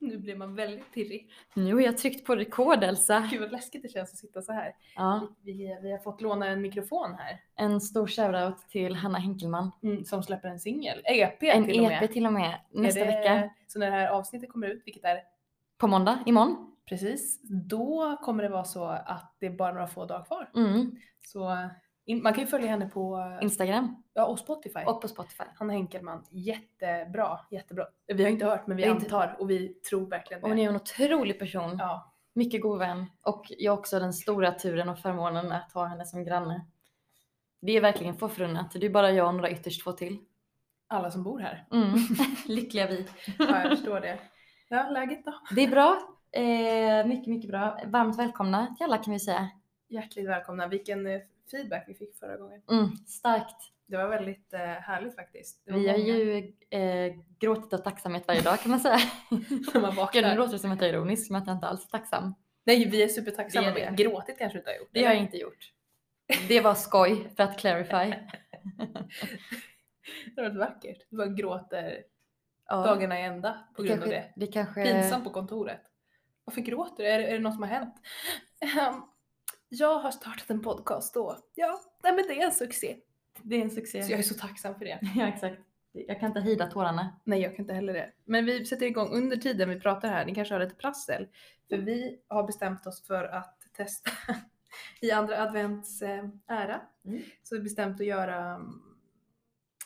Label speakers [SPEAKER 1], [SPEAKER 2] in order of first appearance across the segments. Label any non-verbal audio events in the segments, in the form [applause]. [SPEAKER 1] Nu blir man väldigt pirrig.
[SPEAKER 2] Nu har jag tryckt på rekord Elsa.
[SPEAKER 1] Gud vad läskigt det känns att sitta så här.
[SPEAKER 2] Ah. Ja,
[SPEAKER 1] Vi, vi har fått låna en mikrofon här.
[SPEAKER 2] en stor shoutout till Hanna Henkelman.
[SPEAKER 1] Som släpper en singel. EP
[SPEAKER 2] Mm. En
[SPEAKER 1] till och med.
[SPEAKER 2] EP till och med nästa
[SPEAKER 1] Är det-
[SPEAKER 2] vecka.
[SPEAKER 1] Så när det här avsnittet kommer ut, vilket är
[SPEAKER 2] På måndag, imorgon.
[SPEAKER 1] precis, då kommer det vara så att det är bara några få dagar kvar.
[SPEAKER 2] Mm.
[SPEAKER 1] Så in, man kan ju följa henne på
[SPEAKER 2] Instagram
[SPEAKER 1] ja, och Spotify.
[SPEAKER 2] och på Spotify.
[SPEAKER 1] Hanna Henkelman, jättebra, jättebra. Vi har inte hört men vi
[SPEAKER 2] Jag har inte-
[SPEAKER 1] antar och vi tror verkligen det.
[SPEAKER 2] Och hon är en otrolig person.
[SPEAKER 1] Ja,
[SPEAKER 2] Mycket god vän. Och jag har också den stora turen och förmånen att ha henne som granne. Det är verkligen få förunnat. Det är bara jag och några ytterst få till.
[SPEAKER 1] alla som bor här.
[SPEAKER 2] Mm. [laughs] Lyckliga vi.
[SPEAKER 1] Ja, jag förstår det. Ja, läget då?
[SPEAKER 2] Det är bra. Eh, mycket, mycket bra. Varmt välkomna till alla kan vi säga.
[SPEAKER 1] Hjärtligt välkomna. Vilken eh, feedback vi fick förra gången.
[SPEAKER 2] Mm. Starkt.
[SPEAKER 1] Det var väldigt eh, härligt faktiskt. Det var
[SPEAKER 2] Vi har
[SPEAKER 1] [laughs] många
[SPEAKER 2] ju eh, gråtit av tacksamhet varje dag kan man
[SPEAKER 1] [laughs]
[SPEAKER 2] säga.
[SPEAKER 1] när man
[SPEAKER 2] Gud, nu
[SPEAKER 1] vaknar.
[SPEAKER 2] låter det som att jag är ironisk, men att jag inte alls är tacksam.
[SPEAKER 1] Nej, vi är supertacksamma.
[SPEAKER 2] Det är det.
[SPEAKER 1] Gråtit kanske du inte har gjort.
[SPEAKER 2] Det har
[SPEAKER 1] eller?
[SPEAKER 2] jag inte gjort. Det var skoj för att
[SPEAKER 1] [laughs]
[SPEAKER 2] clarify.
[SPEAKER 1] Det har varit vackert. Du bara gråter
[SPEAKER 2] Ja,
[SPEAKER 1] dagarna i ända på
[SPEAKER 2] det
[SPEAKER 1] grund av
[SPEAKER 2] kanske,
[SPEAKER 1] det.
[SPEAKER 2] Det kanske...
[SPEAKER 1] Pinsamt på kontoret. Varför gråter du? Är, det- är det något som har hänt? Ehm, Jag har startat en podcast då. Ja, nej men det är en succé.
[SPEAKER 2] Det är en succé.
[SPEAKER 1] Så jag är så tacksam för det.
[SPEAKER 2] [laughs] Ja, exakt. Jag kan inte hida tårarna.
[SPEAKER 1] Nej, jag kan inte heller det. Men vi sätter igång under tiden vi pratar här. Ni kanske har lite prassel. För
[SPEAKER 2] Mm.
[SPEAKER 1] vi har bestämt oss för att testa [laughs] i andra advents eh, ära.
[SPEAKER 2] Mm.
[SPEAKER 1] Så vi bestämt att göra mm,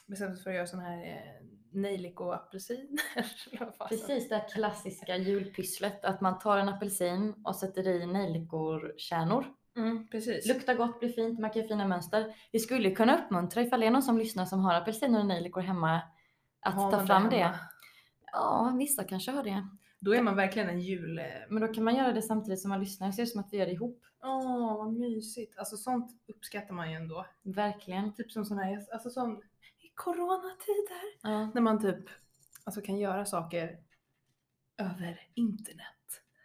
[SPEAKER 1] bestämt oss för att göra sån här eh, nejlika och apelsin. [laughs] Eller vad fan.
[SPEAKER 2] Precis det här klassiska julpysslet, att man tar en apelsin och sätter i nejlikor-kärnor.
[SPEAKER 1] Mm, precis.
[SPEAKER 2] Luktar gott, blir fint, man kan göra fina mönster. Vi skulle kunna uppmuntra ifall det är någon som lyssnar som har apelsiner och nejlikor hemma att
[SPEAKER 1] Har
[SPEAKER 2] ta
[SPEAKER 1] man
[SPEAKER 2] fram det.
[SPEAKER 1] hemma?
[SPEAKER 2] Ja, vissa kanske har det.
[SPEAKER 1] Då är man verkligen en jul... eh,
[SPEAKER 2] Men då kan man göra det samtidigt som man lyssnar. Det ser ut som att vi gör det ihop.
[SPEAKER 1] Åh, vad mysigt. Alltså sånt uppskattar man ju ändå.
[SPEAKER 2] Verkligen.
[SPEAKER 1] Typ som sån här, alltså som i coronatider.
[SPEAKER 2] Ja.
[SPEAKER 1] När man typ alltså kan göra saker över internet.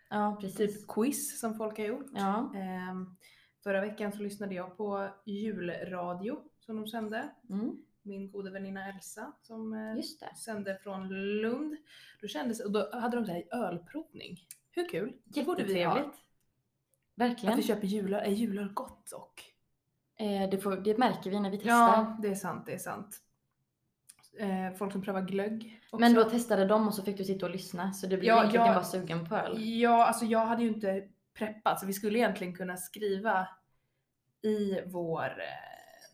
[SPEAKER 2] Ja, precis.
[SPEAKER 1] Typ quiz som folk har gjort.
[SPEAKER 2] Ja.
[SPEAKER 1] Ehm, förra veckan så lyssnade jag på julradio som de sände.
[SPEAKER 2] Mm,
[SPEAKER 1] Min goda väninna Elsa som eh,
[SPEAKER 2] just det.
[SPEAKER 1] sände från Lund. Då, kändes, och då hade de så här ölprovning. Hur kul? Det borde vi ha.
[SPEAKER 2] Jättetrevligt. Verkligen.
[SPEAKER 1] Att vi köper julöl. Är julöl gott och?
[SPEAKER 2] Eh, det, får, det märker vi när vi testar.
[SPEAKER 1] Ja, det är sant. Det är sant. Eh, folk som prövar glögg. också.
[SPEAKER 2] Men då testade de och så fick du sitta och lyssna så du blev
[SPEAKER 1] Ja,
[SPEAKER 2] egentligen
[SPEAKER 1] jag-
[SPEAKER 2] bara sugen på öl.
[SPEAKER 1] Ja, alltså jag hade ju inte preppat så vi skulle egentligen kunna skriva i vår eh,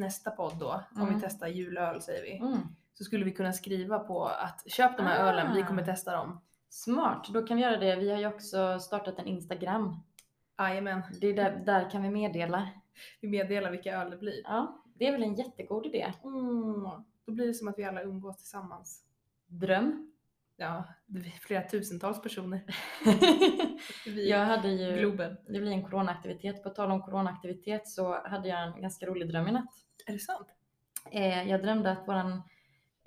[SPEAKER 1] nästa podd då, om
[SPEAKER 2] Mm.
[SPEAKER 1] vi testar julöl säger vi,
[SPEAKER 2] Mm.
[SPEAKER 1] så skulle vi kunna skriva på att köp de här
[SPEAKER 2] Ah.
[SPEAKER 1] ölen, vi kommer testa dem.
[SPEAKER 2] Smart, då kan vi göra det. Vi har ju också startat en Instagram.
[SPEAKER 1] Jajamän,
[SPEAKER 2] Det är där, där kan vi meddela.
[SPEAKER 1] vi meddelar vilka öl det blir.
[SPEAKER 2] Ja, det är väl en jättegod idé.
[SPEAKER 1] Mm. Då blir det som att vi alla umgås tillsammans.
[SPEAKER 2] Dröm. [laughs]
[SPEAKER 1] Ja, det blir flera tusentals personer. [laughs] Vi
[SPEAKER 2] jag hade ju...
[SPEAKER 1] Globen.
[SPEAKER 2] Det blir en coronaaktivitet. På tal om coronaaktivitet så hade jag en ganska rolig dröm i natt.
[SPEAKER 1] Är det sant?
[SPEAKER 2] Eh, jag drömde att våran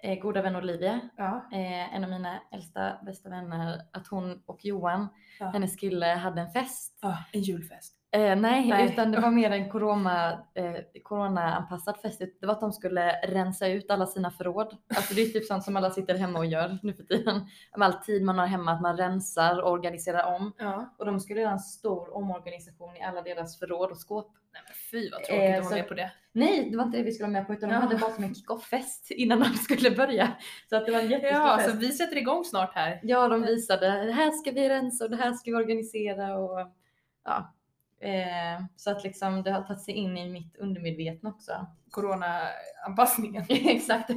[SPEAKER 2] eh, goda vän Olivia,
[SPEAKER 1] Ja.
[SPEAKER 2] eh, en av mina äldsta bästa vänner, att hon och Johan,
[SPEAKER 1] Ja.
[SPEAKER 2] hennes kille, hade en fest.
[SPEAKER 1] ja en julfest.
[SPEAKER 2] Eh, nej,
[SPEAKER 1] Nej.
[SPEAKER 2] utan det
[SPEAKER 1] [laughs]
[SPEAKER 2] var mer en corona, eh, corona-anpassad fest. Det var att de skulle rensa ut alla sina förråd. Alltså det är typ sånt som alla sitter hemma och gör nu för tiden. Med all tid man har hemma, att man rensar och organiserar om.
[SPEAKER 1] Ja.
[SPEAKER 2] Och de skulle göra en stor omorganisation i alla deras förråd och skåp.
[SPEAKER 1] Nej men fy vad
[SPEAKER 2] Eh,
[SPEAKER 1] tråkigt att
[SPEAKER 2] så-
[SPEAKER 1] vara med på det.
[SPEAKER 2] Nej, det var inte det vi skulle vara med på utan de
[SPEAKER 1] Ja.
[SPEAKER 2] hade bara som en kick-off-fest innan de [laughs] skulle börja. Så att det var en jättestor
[SPEAKER 1] Ja,
[SPEAKER 2] fest.
[SPEAKER 1] så vi sätter igång snart här.
[SPEAKER 2] Ja, de visade det här ska vi rensa och det här ska vi organisera och ja. Eh, så att liksom det har tagit sig in i mitt undermedvetna också.
[SPEAKER 1] [laughs] coronaanpassningen.
[SPEAKER 2] Exakt.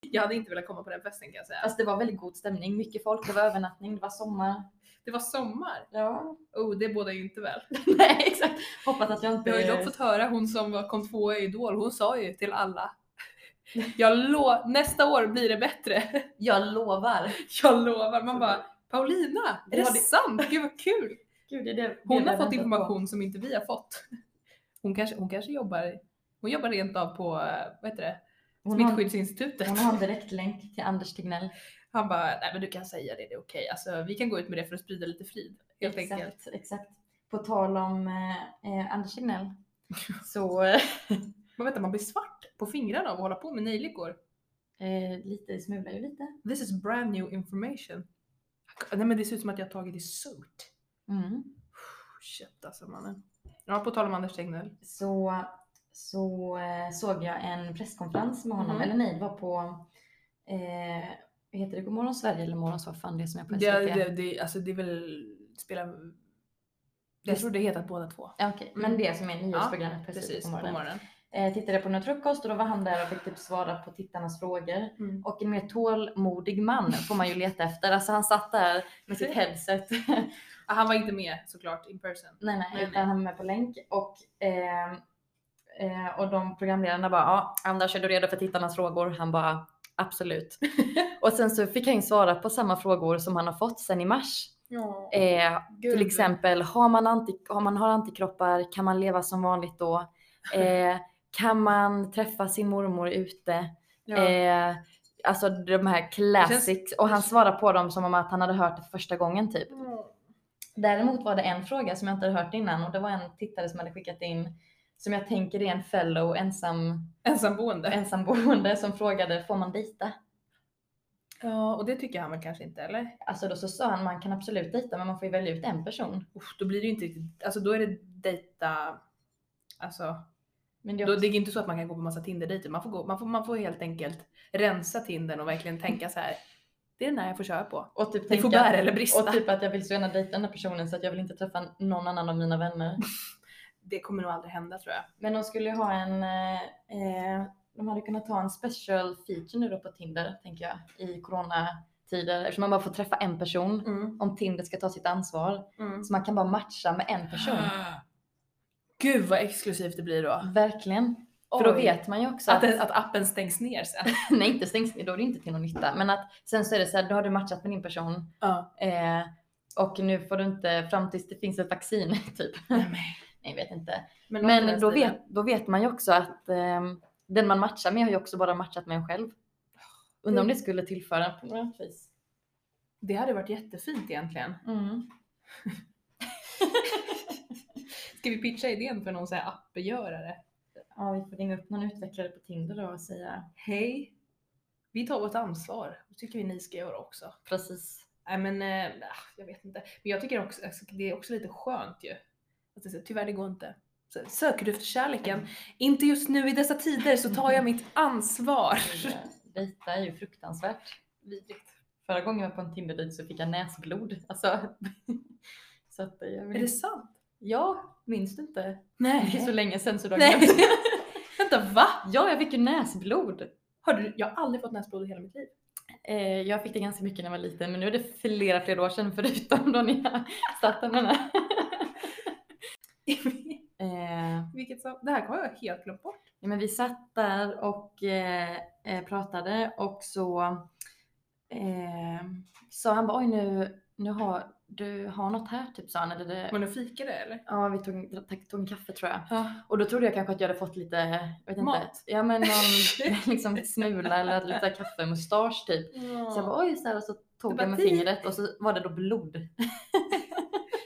[SPEAKER 1] Jag hade inte velat komma på den festen kan jag säga. Alltså,
[SPEAKER 2] Fast Alltså, det var väldigt god stämning, mycket folk, det var övernattning, det var sommar.
[SPEAKER 1] Det var sommar.
[SPEAKER 2] Ja.
[SPEAKER 1] Oh, det bådar ju inte väl. [laughs]
[SPEAKER 2] Nej, exakt. Hoppas att jag inte...
[SPEAKER 1] Vi har ju dock fått höra hon som var- kom tvåa i Idol, hon sa ju till alla. Jag lo- nästa år blir det bättre. [laughs]
[SPEAKER 2] Jag lovar.
[SPEAKER 1] Jag lovar. Man bara Paulina, är
[SPEAKER 2] Ja,
[SPEAKER 1] det
[SPEAKER 2] det-
[SPEAKER 1] sant? Gud vad kul!
[SPEAKER 2] Gud, [laughs] det är det,
[SPEAKER 1] Hon
[SPEAKER 2] det
[SPEAKER 1] har
[SPEAKER 2] jag väntat
[SPEAKER 1] fått information som inte vi har fått. [laughs] Hon kanske, hon kanske jobbar, hon jobbar rent av på, eh, vad heter det,
[SPEAKER 2] på. Hon har,
[SPEAKER 1] smittskyddsinstitutet.
[SPEAKER 2] hon har en direktlänk till Anders Tegnell.
[SPEAKER 1] Han bara, nej men du kan säga det, det är okej. Alltså vi kan gå ut med det för att sprida lite frid. Helt
[SPEAKER 2] exakt,
[SPEAKER 1] enkelt.
[SPEAKER 2] Exakt. På tal om eh, eh, Anders
[SPEAKER 1] [laughs]
[SPEAKER 2] Tegnell så eh,
[SPEAKER 1] Men vänta, man blir svart på fingrarna av att hålla på med nejlikor.
[SPEAKER 2] eh, lite, smular ju lite.
[SPEAKER 1] This is brand new information. Nej men det ser ut som att jag har tagit i surt.
[SPEAKER 2] Mm.
[SPEAKER 1] Shit alltså mannen. Ja, på tal om Anders Tegnell.
[SPEAKER 2] så, så eh, såg jag en presskonferens med honom.
[SPEAKER 1] Mhm.
[SPEAKER 2] Eller nej, det var på... Eh, vad heter det? Godmorgon Sverige eller Morgon så vad fan det är som är på SVT?
[SPEAKER 1] Det, det, det, alltså det är väl, spelar... Jag tror det heter båda två.
[SPEAKER 2] Ja, okej. Men
[SPEAKER 1] Mm.
[SPEAKER 2] det som är nyhetsprogrammet
[SPEAKER 1] Precis, på morgonen.
[SPEAKER 2] Eh, tittade på någon frukost och då var han där och fick typ svara på tittarnas frågor.
[SPEAKER 1] Mm.
[SPEAKER 2] Och en mer tålmodig man får man ju leta efter. Alltså han satt där med sitt headset.
[SPEAKER 1] Ah, Han var inte med såklart in person.
[SPEAKER 2] nej, nej,
[SPEAKER 1] Nej,
[SPEAKER 2] utan
[SPEAKER 1] nej.
[SPEAKER 2] han var med på länk. Och, ehm, eh, och de programledarna bara, ja Anders är du redo för tittarnas frågor? Han bara,
[SPEAKER 1] [laughs]
[SPEAKER 2] absolut. och sen så fick han ju svara på samma frågor som han har fått sen i mars.
[SPEAKER 1] Ja,
[SPEAKER 2] Eh,
[SPEAKER 1] gud.
[SPEAKER 2] Till exempel, har man, anti, har man har antikroppar, kan man leva som vanligt
[SPEAKER 1] [laughs]
[SPEAKER 2] då? Eh, kan man träffa sin mormor ute?
[SPEAKER 1] Ja.
[SPEAKER 2] Eh, alltså de här classics. Och han svarar på dem som om att han hade hört det första gången typ.
[SPEAKER 1] Ja.
[SPEAKER 2] Däremot var det en fråga som jag inte hade hört innan och det var en tittare som hade skickat in som jag tänker är en fellow ensam,
[SPEAKER 1] Ensamboende.
[SPEAKER 2] ensamboende som frågade får man dejta?
[SPEAKER 1] Ja, och det tycker han väl kanske inte eller?
[SPEAKER 2] Alltså då så sa han man kan absolut dejta men man får ju välja ut en person.
[SPEAKER 1] Uff, då blir det ju inte riktigt, alltså då är det dejta, alltså
[SPEAKER 2] Men det är
[SPEAKER 1] Då,
[SPEAKER 2] också-
[SPEAKER 1] det är inte så att man kan gå på massa Tinder-dejter. Man, får gå- man, får, man får helt enkelt rensa Tindern och verkligen tänka så här. Det är den här jag får köra på.
[SPEAKER 2] Och typ
[SPEAKER 1] Det får
[SPEAKER 2] tänka-
[SPEAKER 1] bära eller brista.
[SPEAKER 2] Och typ att jag vill så gärna dejta den här personen så att jag vill inte träffa någon annan av mina vänner.
[SPEAKER 1] Det kommer nog aldrig hända tror jag.
[SPEAKER 2] Men de skulle ju ha en, eh, eh, de hade kunnat ta en special feature nu då på Tinder tänker jag i coronatider eftersom man bara får träffa en person om Tinder ska ta sitt ansvar. Mm.
[SPEAKER 1] Mm.
[SPEAKER 2] Så man kan bara matcha med en person.
[SPEAKER 1] [gasps] Ah. Gud vad exklusivt det blir då.
[SPEAKER 2] Verkligen. För då
[SPEAKER 1] Oj.
[SPEAKER 2] vet man ju också
[SPEAKER 1] att,
[SPEAKER 2] att,
[SPEAKER 1] den- att appen stängs ner sen.
[SPEAKER 2] [laughs] nej inte stängs ner, då är det inte till någon nytta. Men att sen så är det så här, då har du matchat med din person
[SPEAKER 1] ja. [laughs]
[SPEAKER 2] eh, och nu får du inte fram tills det finns ett vaccin [laughs] typ.
[SPEAKER 1] Nej,
[SPEAKER 2] Nej, jag vet inte.
[SPEAKER 1] Men, något i
[SPEAKER 2] Men
[SPEAKER 1] den
[SPEAKER 2] då
[SPEAKER 1] stilen.
[SPEAKER 2] vet, då vet man ju också att ehm, den man matchar med har ju också bara matchat med en själv. Undrar
[SPEAKER 1] Mm.
[SPEAKER 2] om det skulle tillföra på något vis.
[SPEAKER 1] Det hade varit jättefint egentligen. [laughs]
[SPEAKER 2] Mm. [laughs]
[SPEAKER 1] Ska vi pitcha idén för någon så här appgörare?
[SPEAKER 2] Ja, vi får ringa upp någon utvecklare på Tinder då och säga
[SPEAKER 1] Hej! Vi tar vårt ansvar. Det tycker vi ni ska göra också.
[SPEAKER 2] precis.
[SPEAKER 1] Nej men eh, ah, jag vet inte. Men jag tycker också alltså, det är också lite skönt ju. Att det, är så, tyvärr det går inte. Så, söker du efter kärleken? Inte just nu i dessa tider så tar jag [laughs] mitt ansvar.
[SPEAKER 2] Dejta är ju fruktansvärt.
[SPEAKER 1] Vidrigt.
[SPEAKER 2] Förra gången jag var på en Tinder så fick jag näsblod. Alltså, [laughs] så att eh, jag
[SPEAKER 1] Är
[SPEAKER 2] vill...
[SPEAKER 1] det sant?
[SPEAKER 2] Ja, minns du inte? Det är så
[SPEAKER 1] Nej.
[SPEAKER 2] länge sedan så du har
[SPEAKER 1] Nej.
[SPEAKER 2] glömt.
[SPEAKER 1] [laughs] Vänta va?
[SPEAKER 2] [laughs] Ja, jag fick ju näsblod.
[SPEAKER 1] Har du, jag har aldrig fått näsblod i hela mitt liv. [laughs]
[SPEAKER 2] Eh, jag fick det ganska mycket när jag var liten men nu är det flera, flera år sedan förutom då när jag [laughs] startade den här. [laughs] Eh,
[SPEAKER 1] Vilket så, det här har jag helt glömt bort.
[SPEAKER 2] ja, men vi satt där och eh, eh, pratade och så eh, sa han bara oj nu, nu har du har något här typ sa han. Eller
[SPEAKER 1] Men
[SPEAKER 2] det,
[SPEAKER 1] du fikade eller?
[SPEAKER 2] ja vi tog, tack- tog en kaffe tror jag.
[SPEAKER 1] Ja.
[SPEAKER 2] Och då trodde jag kanske att jag hade fått lite, jag vet inte,
[SPEAKER 1] Mat.
[SPEAKER 2] ja men
[SPEAKER 1] [laughs]
[SPEAKER 2] någon [laughs] liksom smula eller lite kaffemustasch typ. Så jag bara oj så här, och så
[SPEAKER 1] Du
[SPEAKER 2] tog
[SPEAKER 1] bara,
[SPEAKER 2] jag med
[SPEAKER 1] "Titt."
[SPEAKER 2] fingret och så var det då blod.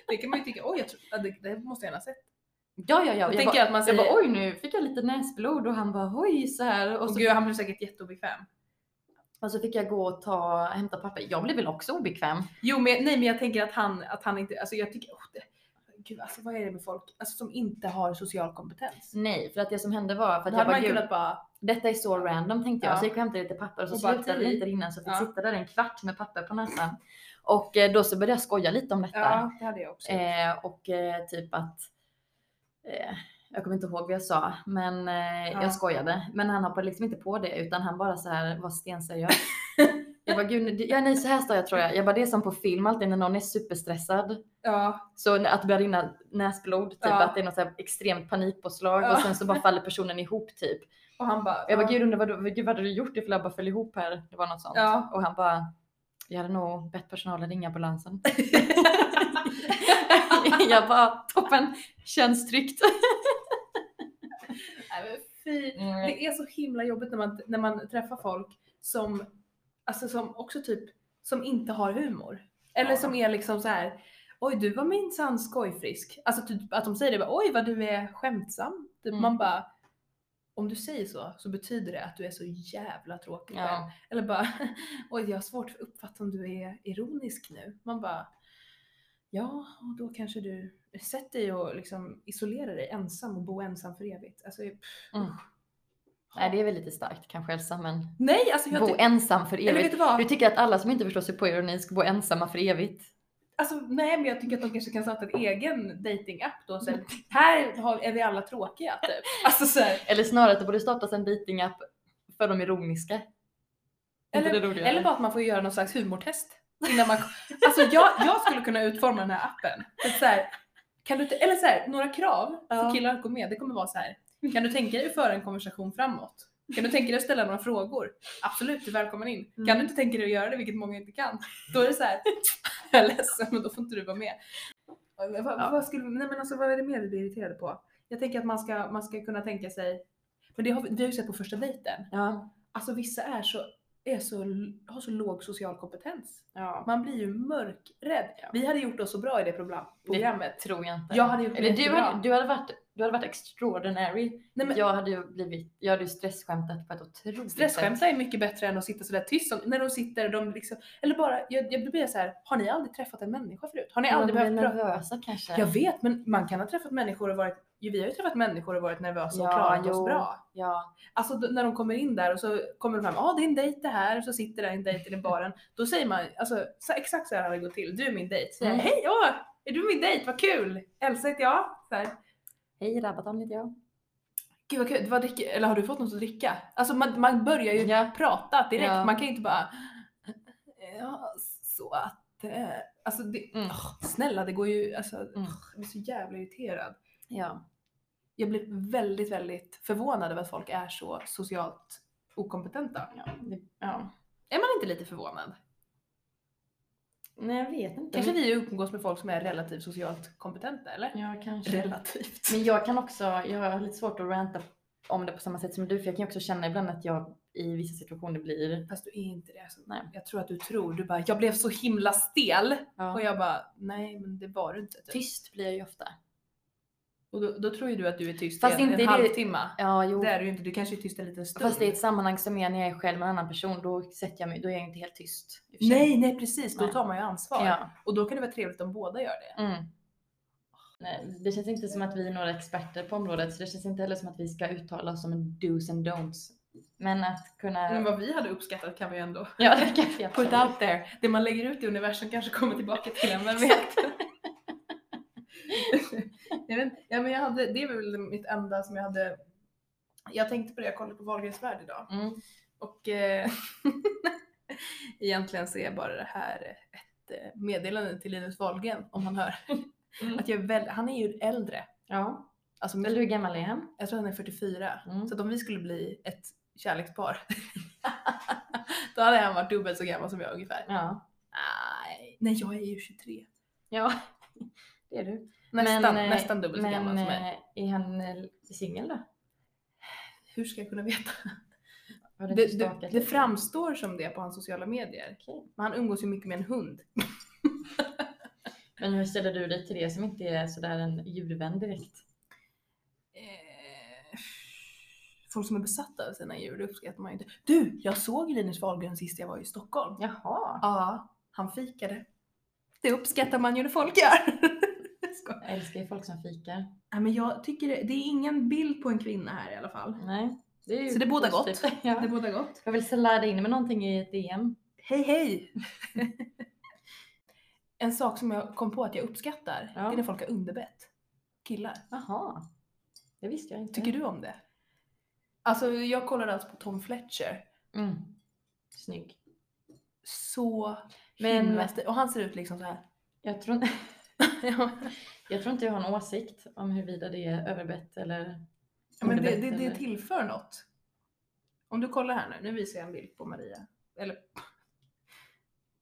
[SPEAKER 1] Det kan man ju tycka, oj jag tror, ja, det, det måste jag gärna ha sett.
[SPEAKER 2] Ja, ja, ja. Jag,
[SPEAKER 1] Då tänker
[SPEAKER 2] bara,
[SPEAKER 1] jag alltså att man
[SPEAKER 2] jag
[SPEAKER 1] säger,
[SPEAKER 2] bara oj nu fick jag lite näsblod och han bara oj så här. Och
[SPEAKER 1] och
[SPEAKER 2] så,
[SPEAKER 1] gud han blev säkert jätteobekväm.
[SPEAKER 2] och så fick jag gå och ta, hämta papper. Jag blev väl också obekväm.
[SPEAKER 1] Jo men nej men jag tänker att han, att han inte, alltså jag tycker, oh, det, gud alltså vad är det med folk alltså, som inte har social kompetens?
[SPEAKER 2] Nej, för att det som hände var för
[SPEAKER 1] Då
[SPEAKER 2] Mm. att jag bara
[SPEAKER 1] hade man
[SPEAKER 2] gud,
[SPEAKER 1] kunnat bara,
[SPEAKER 2] detta är så random tänkte jag.
[SPEAKER 1] Ja.
[SPEAKER 2] Så jag gick och hämtade lite papper och så
[SPEAKER 1] Och bara,
[SPEAKER 2] slutade det
[SPEAKER 1] "Titt."
[SPEAKER 2] lite innan så jag fick
[SPEAKER 1] Ja.
[SPEAKER 2] sitta där en kvart med papper på näsan. Och eh, då så började jag skoja lite om detta.
[SPEAKER 1] ja det hade jag också.
[SPEAKER 2] Eh, och eh, typ att, eh, jag kommer inte ihåg vad jag sa, men eh,
[SPEAKER 1] Ja.
[SPEAKER 2] jag skojade. Men han hoppade liksom inte på det utan han bara så här var
[SPEAKER 1] [laughs]
[SPEAKER 2] stenseriös. jag bara gud, det- ja, nej så här står jag tror jag. Jag bara det är som på film alltid när någon är superstressad.
[SPEAKER 1] ja,
[SPEAKER 2] Så n- att det börjar rinna näsblod, typ
[SPEAKER 1] Ja.
[SPEAKER 2] att det är något så här extremt panikpåslag
[SPEAKER 1] Ja.
[SPEAKER 2] och sen så bara faller personen ihop typ.
[SPEAKER 1] och han bara,
[SPEAKER 2] Jag bara
[SPEAKER 1] ja,
[SPEAKER 2] gud undrar vad, du- gud, vad hade du gjort ifall jag bara föll ihop här? Det var något sånt.
[SPEAKER 1] Ja.
[SPEAKER 2] Och han bara, jag hade nog bett personalen ringa
[SPEAKER 1] [laughs]
[SPEAKER 2] ambulansen. jag bara, toppen, känns tryggt.
[SPEAKER 1] nej, men fy.
[SPEAKER 2] Mm.
[SPEAKER 1] Det är så himla jobbigt när man, när man träffar folk som, alltså som också typ, som inte har humor. Eller
[SPEAKER 2] Ja.
[SPEAKER 1] som är liksom så här. Oj du var minsann skojfrisk. Alltså typ att de säger det, bara, oj vad du är skämtsam. Typ
[SPEAKER 2] Mm.
[SPEAKER 1] man bara, om du säger så så betyder det att du är så jävla tråkig själv.
[SPEAKER 2] Ja.
[SPEAKER 1] Eller bara, [laughs] oj jag har svårt att uppfatta om du är ironisk nu. Man bara, ja och då kanske du sätter dig och liksom isolerar dig ensam och bo ensam för evigt. Alltså, pff,
[SPEAKER 2] Mm.
[SPEAKER 1] usch.
[SPEAKER 2] Nej, det är väl lite starkt kanske Elsa, men
[SPEAKER 1] Nej, alltså jag
[SPEAKER 2] bo
[SPEAKER 1] tycker...
[SPEAKER 2] ensam för
[SPEAKER 1] Eller vet
[SPEAKER 2] evigt.
[SPEAKER 1] du vad?
[SPEAKER 2] Du tycker att alla som inte förstår sig på ironi ska bo ensamma för evigt?
[SPEAKER 1] Alltså, nej men jag tycker att de kanske kan starta en egen datingapp då. Så här, här har, är vi alla tråkiga typ. Alltså så här,
[SPEAKER 2] Eller snarare att det borde startas en datingapp för de ironiska. Är inte
[SPEAKER 1] Eller-
[SPEAKER 2] det roligare?
[SPEAKER 1] Eller bara att man får göra någon slags humortest. Innan man, [laughs] alltså jag, jag skulle kunna utforma den här appen. Att Så här, kan du, t- eller så här, några krav för
[SPEAKER 2] Ja.
[SPEAKER 1] killar att gå med, det kommer vara så här. Kan du tänka dig att föra en konversation framåt? Kan du tänka dig att ställa några frågor? Absolut, du är välkommen in. Kan du inte tänka dig att göra det, vilket många inte kan, då är det så här. [laughs] Jag är ledsen, men då får inte du vara med. Men Vad,
[SPEAKER 2] Ja.
[SPEAKER 1] vad, skulle, nej men alltså, vad är det mer vi blir irriterade på? Jag tänker att man ska, man ska kunna tänka sig, men det har vi, vi har ju sett på första dejten,
[SPEAKER 2] Ja.
[SPEAKER 1] Alltså vissa är så, är så, har så låg social kompetens.
[SPEAKER 2] ja.
[SPEAKER 1] Man blir ju mörkrädd.
[SPEAKER 2] Ja.
[SPEAKER 1] Vi hade gjort oss så bra i det problem-
[SPEAKER 2] Det
[SPEAKER 1] programmet.
[SPEAKER 2] tror jag inte.
[SPEAKER 1] Jag hade gjort mig
[SPEAKER 2] Eller du
[SPEAKER 1] jättebra.
[SPEAKER 2] hade, du, hade varit, du hade varit extraordinary.
[SPEAKER 1] Nej, men,
[SPEAKER 2] Jag hade ju blivit, jag hade ju stressskämtat på ett otroligt
[SPEAKER 1] Stressskämta är mycket bättre än att sitta sådär tyst som när de sitter och de liksom, eller bara, jag, jag blir så här, har ni aldrig träffat en människa förut? Har ni
[SPEAKER 2] Jag
[SPEAKER 1] aldrig behövt prata?
[SPEAKER 2] nervösa kanske.
[SPEAKER 1] Jag vet, men man kan ha träffat människor och varit, ju, vi har ju träffat människor och varit nervösa och
[SPEAKER 2] Ja,
[SPEAKER 1] klarat oss
[SPEAKER 2] jo.
[SPEAKER 1] bra.
[SPEAKER 2] Ja.
[SPEAKER 1] Alltså d- när de kommer in där och så kommer de fram, ja ah, det är en dejt det här, och så sitter där en dejt i baren. Då säger man, alltså så, exakt så här hade det gått till, du är min dejt. Så jag,
[SPEAKER 2] Mm.
[SPEAKER 1] Hej, åh, är du min dejt, vad kul! Elsa heter jag. Så här,
[SPEAKER 2] Hej Rabaton heter jag.
[SPEAKER 1] Gud vad kul, vad dricker, eller har du fått något att dricka? Alltså man, man börjar ju
[SPEAKER 2] Ja.
[SPEAKER 1] prata direkt,
[SPEAKER 2] Ja.
[SPEAKER 1] man kan ju inte bara, ja så att, eh." alltså det,
[SPEAKER 2] Mm.
[SPEAKER 1] åh, snälla det går ju, alltså åh, jag blir så jävla irriterad.
[SPEAKER 2] Ja.
[SPEAKER 1] Jag blir väldigt, väldigt förvånad över att folk är så socialt okompetenta.
[SPEAKER 2] Ja. det- ja.
[SPEAKER 1] Är man inte lite förvånad?
[SPEAKER 2] Nej jag vet inte.
[SPEAKER 1] Kanske vi umgås med folk som är relativt socialt kompetenta eller?
[SPEAKER 2] Ja kanske.
[SPEAKER 1] Relativt.
[SPEAKER 2] Men jag kan också, jag har lite svårt att ranta om det på samma sätt som du för jag kan ju också känna ibland att jag i vissa situationer blir...
[SPEAKER 1] [laughs] Fast du är inte det. Alltså.
[SPEAKER 2] Nej.
[SPEAKER 1] Jag tror att du tror, du bara jag blev så himla stel. Och
[SPEAKER 2] Ja.
[SPEAKER 1] jag bara nej men det var du inte. Typ.
[SPEAKER 2] Tyst blir jag ju ofta.
[SPEAKER 1] Och då, då tror ju du att du är tyst
[SPEAKER 2] Fast
[SPEAKER 1] i en,
[SPEAKER 2] inte
[SPEAKER 1] en
[SPEAKER 2] det-
[SPEAKER 1] halvtimme.
[SPEAKER 2] Ja jo.
[SPEAKER 1] Det är du ju inte, du kanske är tyst en liten stund.
[SPEAKER 2] Fast i ett sammanhang som är när jag är själv med en annan person då sätter jag mig, då är jag inte helt tyst. i och för sig.
[SPEAKER 1] Nej, nej precis, då
[SPEAKER 2] Nej.
[SPEAKER 1] tar man ju ansvar.
[SPEAKER 2] Ja.
[SPEAKER 1] Och då kan det vara trevligt om båda gör det.
[SPEAKER 2] Mm. Nej, det känns inte som att vi är några experter på området så det känns inte heller som att vi ska uttala oss om do's and don'ts. Men att kunna...
[SPEAKER 1] Men vad vi hade uppskattat kan vi ändå
[SPEAKER 2] Ja, det kan [laughs] jag
[SPEAKER 1] put out there. Det man lägger ut i universum kanske kommer tillbaka till en, vem vet? [laughs] jag vet inte. ja, men jag hade, det är väl mitt enda som jag hade. Jag tänkte på det, jag kollade på Wahlgrens värld idag
[SPEAKER 2] Mm.
[SPEAKER 1] och eh, [laughs] egentligen så är bara det här ett eh, meddelande till Linus Wahlgren om han hör.
[SPEAKER 2] Mm.
[SPEAKER 1] Att jag är väl, han är ju äldre,
[SPEAKER 2] Ja.
[SPEAKER 1] alltså,
[SPEAKER 2] Eller hur gammal är han?
[SPEAKER 1] jag tror han är 44.
[SPEAKER 2] Mm.
[SPEAKER 1] Så att om vi skulle bli ett kärlekspar [laughs] då hade han varit dubbelt så gammal som jag ungefär.
[SPEAKER 2] Ja.
[SPEAKER 1] Nej, nej jag är ju 23.
[SPEAKER 2] Ja, det är du.
[SPEAKER 1] Nästan,
[SPEAKER 2] eh,
[SPEAKER 1] nästan dubbelt så
[SPEAKER 2] men,
[SPEAKER 1] gammal som mig.
[SPEAKER 2] eh, Är han eh, singel då?
[SPEAKER 1] Hur ska jag kunna veta?
[SPEAKER 2] Har du
[SPEAKER 1] Det,
[SPEAKER 2] inte
[SPEAKER 1] det,
[SPEAKER 2] stakat
[SPEAKER 1] det
[SPEAKER 2] lite?
[SPEAKER 1] framstår som det på hans sociala medier.
[SPEAKER 2] Okej.
[SPEAKER 1] Men han umgås ju mycket med en hund.
[SPEAKER 2] Men hur ställer du dig till det som inte är sådär en djurvän direkt?
[SPEAKER 1] Eh, Folk som är besatta av sina djur, det uppskattar man ju inte. Du, jag såg Linus Wahlgren sist jag var i Stockholm.
[SPEAKER 2] Jaha.
[SPEAKER 1] Ja, han fikade. Det uppskattar man ju när folk gör. [laughs] Skoj.
[SPEAKER 2] Jag älskar ju folk som fikar.
[SPEAKER 1] Nej, men jag tycker det, det är ingen bild på en kvinna här i alla fall.
[SPEAKER 2] Nej. Det är ju
[SPEAKER 1] Så det bådar gott.
[SPEAKER 2] positivt. [laughs] Ja.
[SPEAKER 1] Det bådar gott.
[SPEAKER 2] Jag vill sladda in med någonting i ett DM.
[SPEAKER 1] Hej hej! [laughs] en sak som jag kom på att jag uppskattar,
[SPEAKER 2] Ja.
[SPEAKER 1] det är när folk har underbett. Killar.
[SPEAKER 2] Jaha. Det visste jag inte.
[SPEAKER 1] Tycker du om det? Alltså jag kollade alltså på Tom Fletcher.
[SPEAKER 2] Mm. Snygg.
[SPEAKER 1] Så
[SPEAKER 2] Men-
[SPEAKER 1] himla stil- Och han ser ut liksom så här. [laughs]
[SPEAKER 2] Jag tror, inte- jag tror inte jag har en åsikt om huruvida det är överbett eller
[SPEAKER 1] Ja, men det,
[SPEAKER 2] underbett
[SPEAKER 1] det, det
[SPEAKER 2] eller-
[SPEAKER 1] tillför något. Om du kollar här nu, nu visar jag en bild på Maria. Eller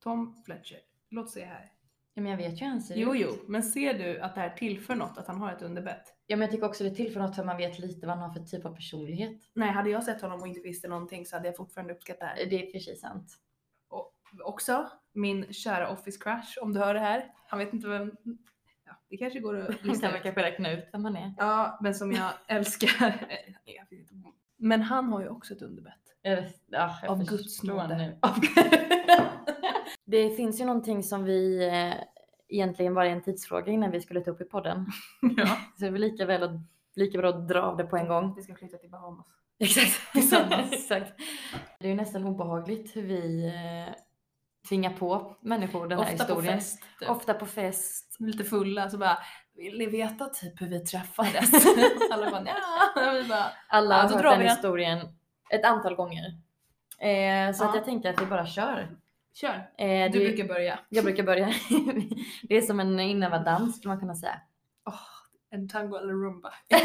[SPEAKER 1] Tom Fletcher. Låt se här.
[SPEAKER 2] Ja, men jag vet ju hur han ser
[SPEAKER 1] Jo,
[SPEAKER 2] ut.
[SPEAKER 1] jo, men ser du att det här tillför något, att han har ett underbett?
[SPEAKER 2] Ja, men jag tycker också det är till för något för man vet lite vad han har för typ av personlighet.
[SPEAKER 1] Nej, hade jag sett honom och inte visste någonting så hade jag fortfarande uppskattat det här.
[SPEAKER 2] Det är precis sant.
[SPEAKER 1] också min kära Office Crush om du hör det här. Han vet inte vem... Ja, det [laughs] kanske går att
[SPEAKER 2] Man
[SPEAKER 1] lista
[SPEAKER 2] kan
[SPEAKER 1] ut. [laughs]
[SPEAKER 2] kanske räkna ut vem han är.
[SPEAKER 1] Ja, men som jag älskar. Jag vet inte, Men han har ju också ett underbett.
[SPEAKER 2] Eller, ja, jag
[SPEAKER 1] Av
[SPEAKER 2] förstår
[SPEAKER 1] Guds nåde.
[SPEAKER 2] nu. Av- det finns ju någonting som vi eh, egentligen var en tidsfråga innan vi skulle ta upp i podden.
[SPEAKER 1] [laughs]
[SPEAKER 2] [laughs]
[SPEAKER 1] Ja.
[SPEAKER 2] Så det är väl lika, väl att, lika bra att dra av det på en gång.
[SPEAKER 1] Vi ska flytta till Bahamas.
[SPEAKER 2] [laughs] Exakt. [laughs]
[SPEAKER 1] Tillsammans.
[SPEAKER 2] Exakt. Det är ju nästan obehagligt hur vi eh, tvingar på människor den här
[SPEAKER 1] Ofta på
[SPEAKER 2] historien.
[SPEAKER 1] fest. Typ.
[SPEAKER 2] Ofta på fest.
[SPEAKER 1] lite fulla så bara vill ni veta typ hur vi [laughs] träffades? Alla bara ja. [laughs] Vi bara,
[SPEAKER 2] Alla
[SPEAKER 1] Ja,
[SPEAKER 2] har
[SPEAKER 1] då
[SPEAKER 2] hört
[SPEAKER 1] drar
[SPEAKER 2] den
[SPEAKER 1] vi den.
[SPEAKER 2] historien ett antal gånger. Eh, så
[SPEAKER 1] Ja.
[SPEAKER 2] att jag tänker att vi bara kör.
[SPEAKER 1] kör.
[SPEAKER 2] Eh,
[SPEAKER 1] Du
[SPEAKER 2] det,
[SPEAKER 1] brukar börja.
[SPEAKER 2] Jag brukar börja. [laughs] det är som en inövardans skulle man kunna
[SPEAKER 1] [laughs]
[SPEAKER 2] säga.
[SPEAKER 1] Åh, en tango eller rumba. [laughs]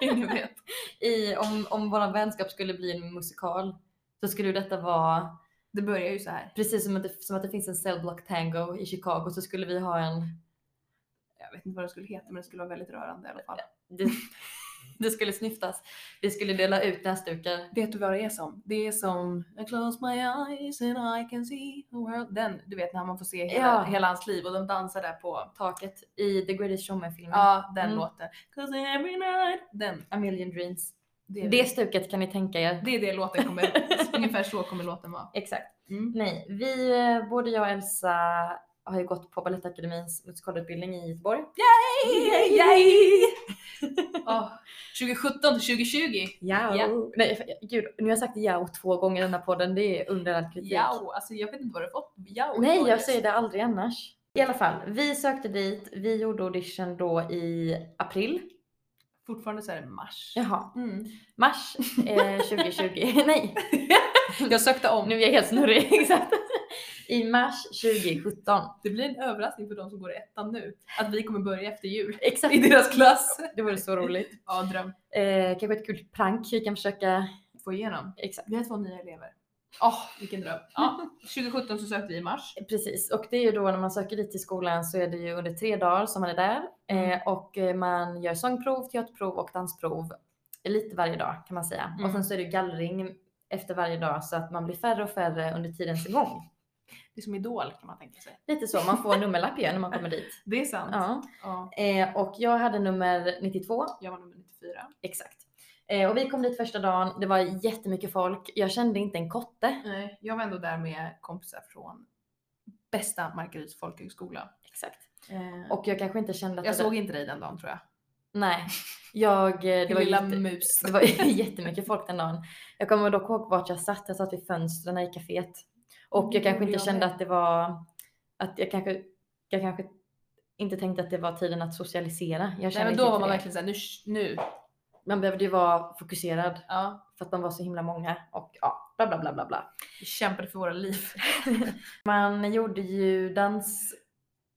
[SPEAKER 1] Ingen vet.
[SPEAKER 2] I, om, om vår vänskap skulle bli en musikal så skulle ju detta vara
[SPEAKER 1] Det börjar ju så här.
[SPEAKER 2] precis som att det, som att det finns en cellblock tango i Chicago så skulle vi ha en
[SPEAKER 1] Jag vet inte vad det skulle heta men det skulle vara väldigt rörande i alla fall.
[SPEAKER 2] det, [laughs] det skulle snyftas. Vi skulle dela ut näsdukar.
[SPEAKER 1] Vet du vad det är som? Det är som I close my eyes and I can see the world. Den, du vet när man får se hela,
[SPEAKER 2] Ja.
[SPEAKER 1] hela hans liv och de dansar där på.
[SPEAKER 2] Taket i The Greatest Showman-filmen.
[SPEAKER 1] Ja, den
[SPEAKER 2] Mm.
[SPEAKER 1] låten. 'Cause every night. Den.
[SPEAKER 2] A Million Dreams.
[SPEAKER 1] Det är
[SPEAKER 2] Det
[SPEAKER 1] det,
[SPEAKER 2] stuket kan ni tänka er.
[SPEAKER 1] det, är det låten kommer,
[SPEAKER 2] [laughs]
[SPEAKER 1] ungefär så kommer låten vara.
[SPEAKER 2] Exakt.
[SPEAKER 1] Mm.
[SPEAKER 2] Nej, vi, eh, både jag och Elsa har ju gått på Balettakademins musikalutbildning i Göteborg. Yay!
[SPEAKER 1] Åh, 2017 till 2020.
[SPEAKER 2] Jao! Nej, gud, nu har jag sagt jao två gånger i den här podden. Det är under all kritik.
[SPEAKER 1] Jao, alltså jag vet inte vad du fått. Jao.
[SPEAKER 2] Nej, jag säger det aldrig annars. I alla fall, vi sökte dit. Vi gjorde audition då i april.
[SPEAKER 1] Fortfarande så är det mars.
[SPEAKER 2] Jaha, [laughs]
[SPEAKER 1] Mm.
[SPEAKER 2] mars [laughs] eh, 2020. Nej,
[SPEAKER 1] Jag sökte om.
[SPEAKER 2] nu är jag helt snurrig. [laughs] Exakt. I mars 2017.
[SPEAKER 1] Det blir en överraskning för de som går i ettan nu att vi kommer börja efter jul
[SPEAKER 2] Exakt.
[SPEAKER 1] i deras klass.
[SPEAKER 2] Det vore så roligt.
[SPEAKER 1] Ja, dröm.
[SPEAKER 2] Eh, kanske ett kul prank vi kan försöka.
[SPEAKER 1] Få igenom.
[SPEAKER 2] Exakt.
[SPEAKER 1] Vi har två nya elever. Åh, vilken dröm. Ja, 2017 så sökte vi i mars.
[SPEAKER 2] Precis, och det är ju då när man söker dit till skolan så är det ju under tre dagar som man är där
[SPEAKER 1] Mm.
[SPEAKER 2] eh, och eh, man gör sångprov, teaterprov och dansprov eh, lite varje dag kan man säga.
[SPEAKER 1] Mm.
[SPEAKER 2] Och sen så är det ju gallring efter varje dag så att man blir färre och färre under tidens gång.
[SPEAKER 1] Det är som Idol kan man tänka sig.
[SPEAKER 2] Lite så, man får en nummerlapp igen när man kommer [laughs] dit.
[SPEAKER 1] Det är sant. Ja.
[SPEAKER 2] Ja. Eh, och jag hade nummer 92,
[SPEAKER 1] Jag var nummer 94.
[SPEAKER 2] exakt. Eh, och vi kom dit första dagen, det var jättemycket folk, jag kände inte en kotte.
[SPEAKER 1] Nej, jag var ändå där med kompisar från bästa Markaryds folkhögskola.
[SPEAKER 2] Exakt.
[SPEAKER 1] Eh,
[SPEAKER 2] Och jag kanske inte kände att
[SPEAKER 1] jag
[SPEAKER 2] det-
[SPEAKER 1] såg inte dig den dagen tror jag.
[SPEAKER 2] Nej. Jag, eh, det
[SPEAKER 1] Din
[SPEAKER 2] var
[SPEAKER 1] lilla
[SPEAKER 2] jätte-
[SPEAKER 1] mus.
[SPEAKER 2] Det var [laughs] jättemycket folk den dagen. Jag kommer dock ihåg vart jag satt. Jag satt vid fönstren i kaféet. Och
[SPEAKER 1] Mm,
[SPEAKER 2] jag kanske inte
[SPEAKER 1] jag
[SPEAKER 2] kände
[SPEAKER 1] med.
[SPEAKER 2] att det var... Att jag kanske, jag kanske inte tänkte att det var tiden att socialisera. Jag
[SPEAKER 1] Nej
[SPEAKER 2] kände
[SPEAKER 1] men
[SPEAKER 2] inte
[SPEAKER 1] då var
[SPEAKER 2] det.
[SPEAKER 1] man verkligen såhär, nu, nu.
[SPEAKER 2] Man behövde ju vara fokuserad
[SPEAKER 1] Ja.
[SPEAKER 2] för att man var så himla många och ja, bla bla bla bla bla.
[SPEAKER 1] Vi kämpade för våra liv.
[SPEAKER 2] Man gjorde ju dans...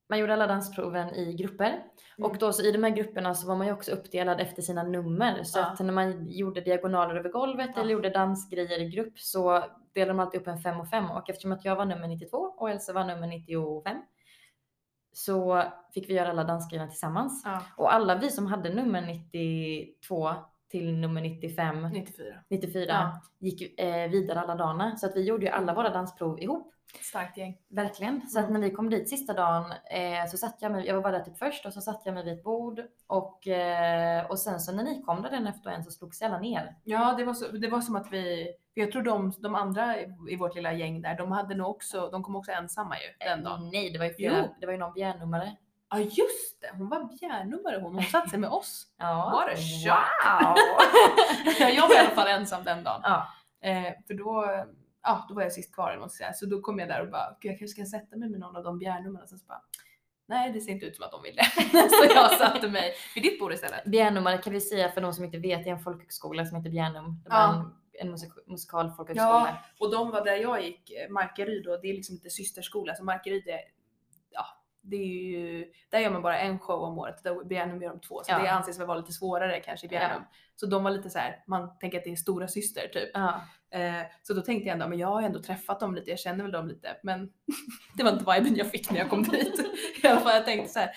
[SPEAKER 2] Man gjorde alla dansproven i grupper.
[SPEAKER 1] Mm.
[SPEAKER 2] Och då så i de här grupperna så var man ju också uppdelad efter sina nummer. Så
[SPEAKER 1] Ja.
[SPEAKER 2] att när man gjorde diagonaler över golvet
[SPEAKER 1] Ja.
[SPEAKER 2] eller gjorde dansgrejer i grupp så delade man alltid upp en 5 och 5. Och eftersom att jag var nummer 92 och Elsa var nummer 95 så fick vi göra alla dansgrejerna tillsammans.
[SPEAKER 1] Ja.
[SPEAKER 2] Och alla vi som hade nummer 92 till nummer 95,
[SPEAKER 1] 94.
[SPEAKER 2] 94
[SPEAKER 1] Ja.
[SPEAKER 2] gick ju, eh, vidare alla dagarna. Så att vi gjorde ju alla våra dansprov ihop.
[SPEAKER 1] Starkt gäng.
[SPEAKER 2] Verkligen. Så att
[SPEAKER 1] Mm.
[SPEAKER 2] när vi kom dit sista dagen eh, så satt jag mig, jag var bara där typ först och så satt jag mig vid ett bord och, eh, och sen så när ni kom där den efter en så slogs alla ner.
[SPEAKER 1] Ja, det var, så, det var som att vi, för jag tror de, de andra i i vårt lilla gäng där, de hade nog också, de kom också ensamma ju den dagen.
[SPEAKER 2] Eh, Nej, det var ju flera,
[SPEAKER 1] Jo.
[SPEAKER 2] det var ju någon bjärnummare.
[SPEAKER 1] Ja just det, hon var bjärnummare hon, hon satte sig med oss.
[SPEAKER 2] Ja.
[SPEAKER 1] What a shock!
[SPEAKER 2] Wow. [laughs]
[SPEAKER 1] jag var i alla fall ensam den dagen.
[SPEAKER 2] ja.
[SPEAKER 1] Eh, för då, ja, då var jag sist kvar eller något sådär. Så då kom jag där och bara, "Gud, jag kanske ska sätta mig med någon av de bjärnumren. Sen så bara, nej det ser inte ut som att de vill det. [laughs] så jag satte mig vid ditt bord istället.
[SPEAKER 2] Bjärnummare kan vi säga för de som inte vet, det är en folkhögskola som heter Bjärnum. Det var
[SPEAKER 1] Ja.
[SPEAKER 2] en, en musik- musikal folkhögskola.
[SPEAKER 1] Ja. Och de var där jag gick, eh, Markaryd då, det är liksom lite systerskola. Så Markaryd är, ja, det är ju, där gör man bara en show om året. Där Bjärnum gör de två. Så
[SPEAKER 2] Ja.
[SPEAKER 1] det anses väl vara lite svårare kanske i Bjärnum. Så de var lite så här, man tänker att det är stora syster typ.
[SPEAKER 2] Ja.
[SPEAKER 1] Eh, så då tänkte jag ändå, men jag har ju ändå träffat dem lite, jag känner väl dem lite. Men [laughs] det var inte viben jag fick när jag kom dit.
[SPEAKER 2] [laughs]
[SPEAKER 1] I alla fall jag tänkte så här,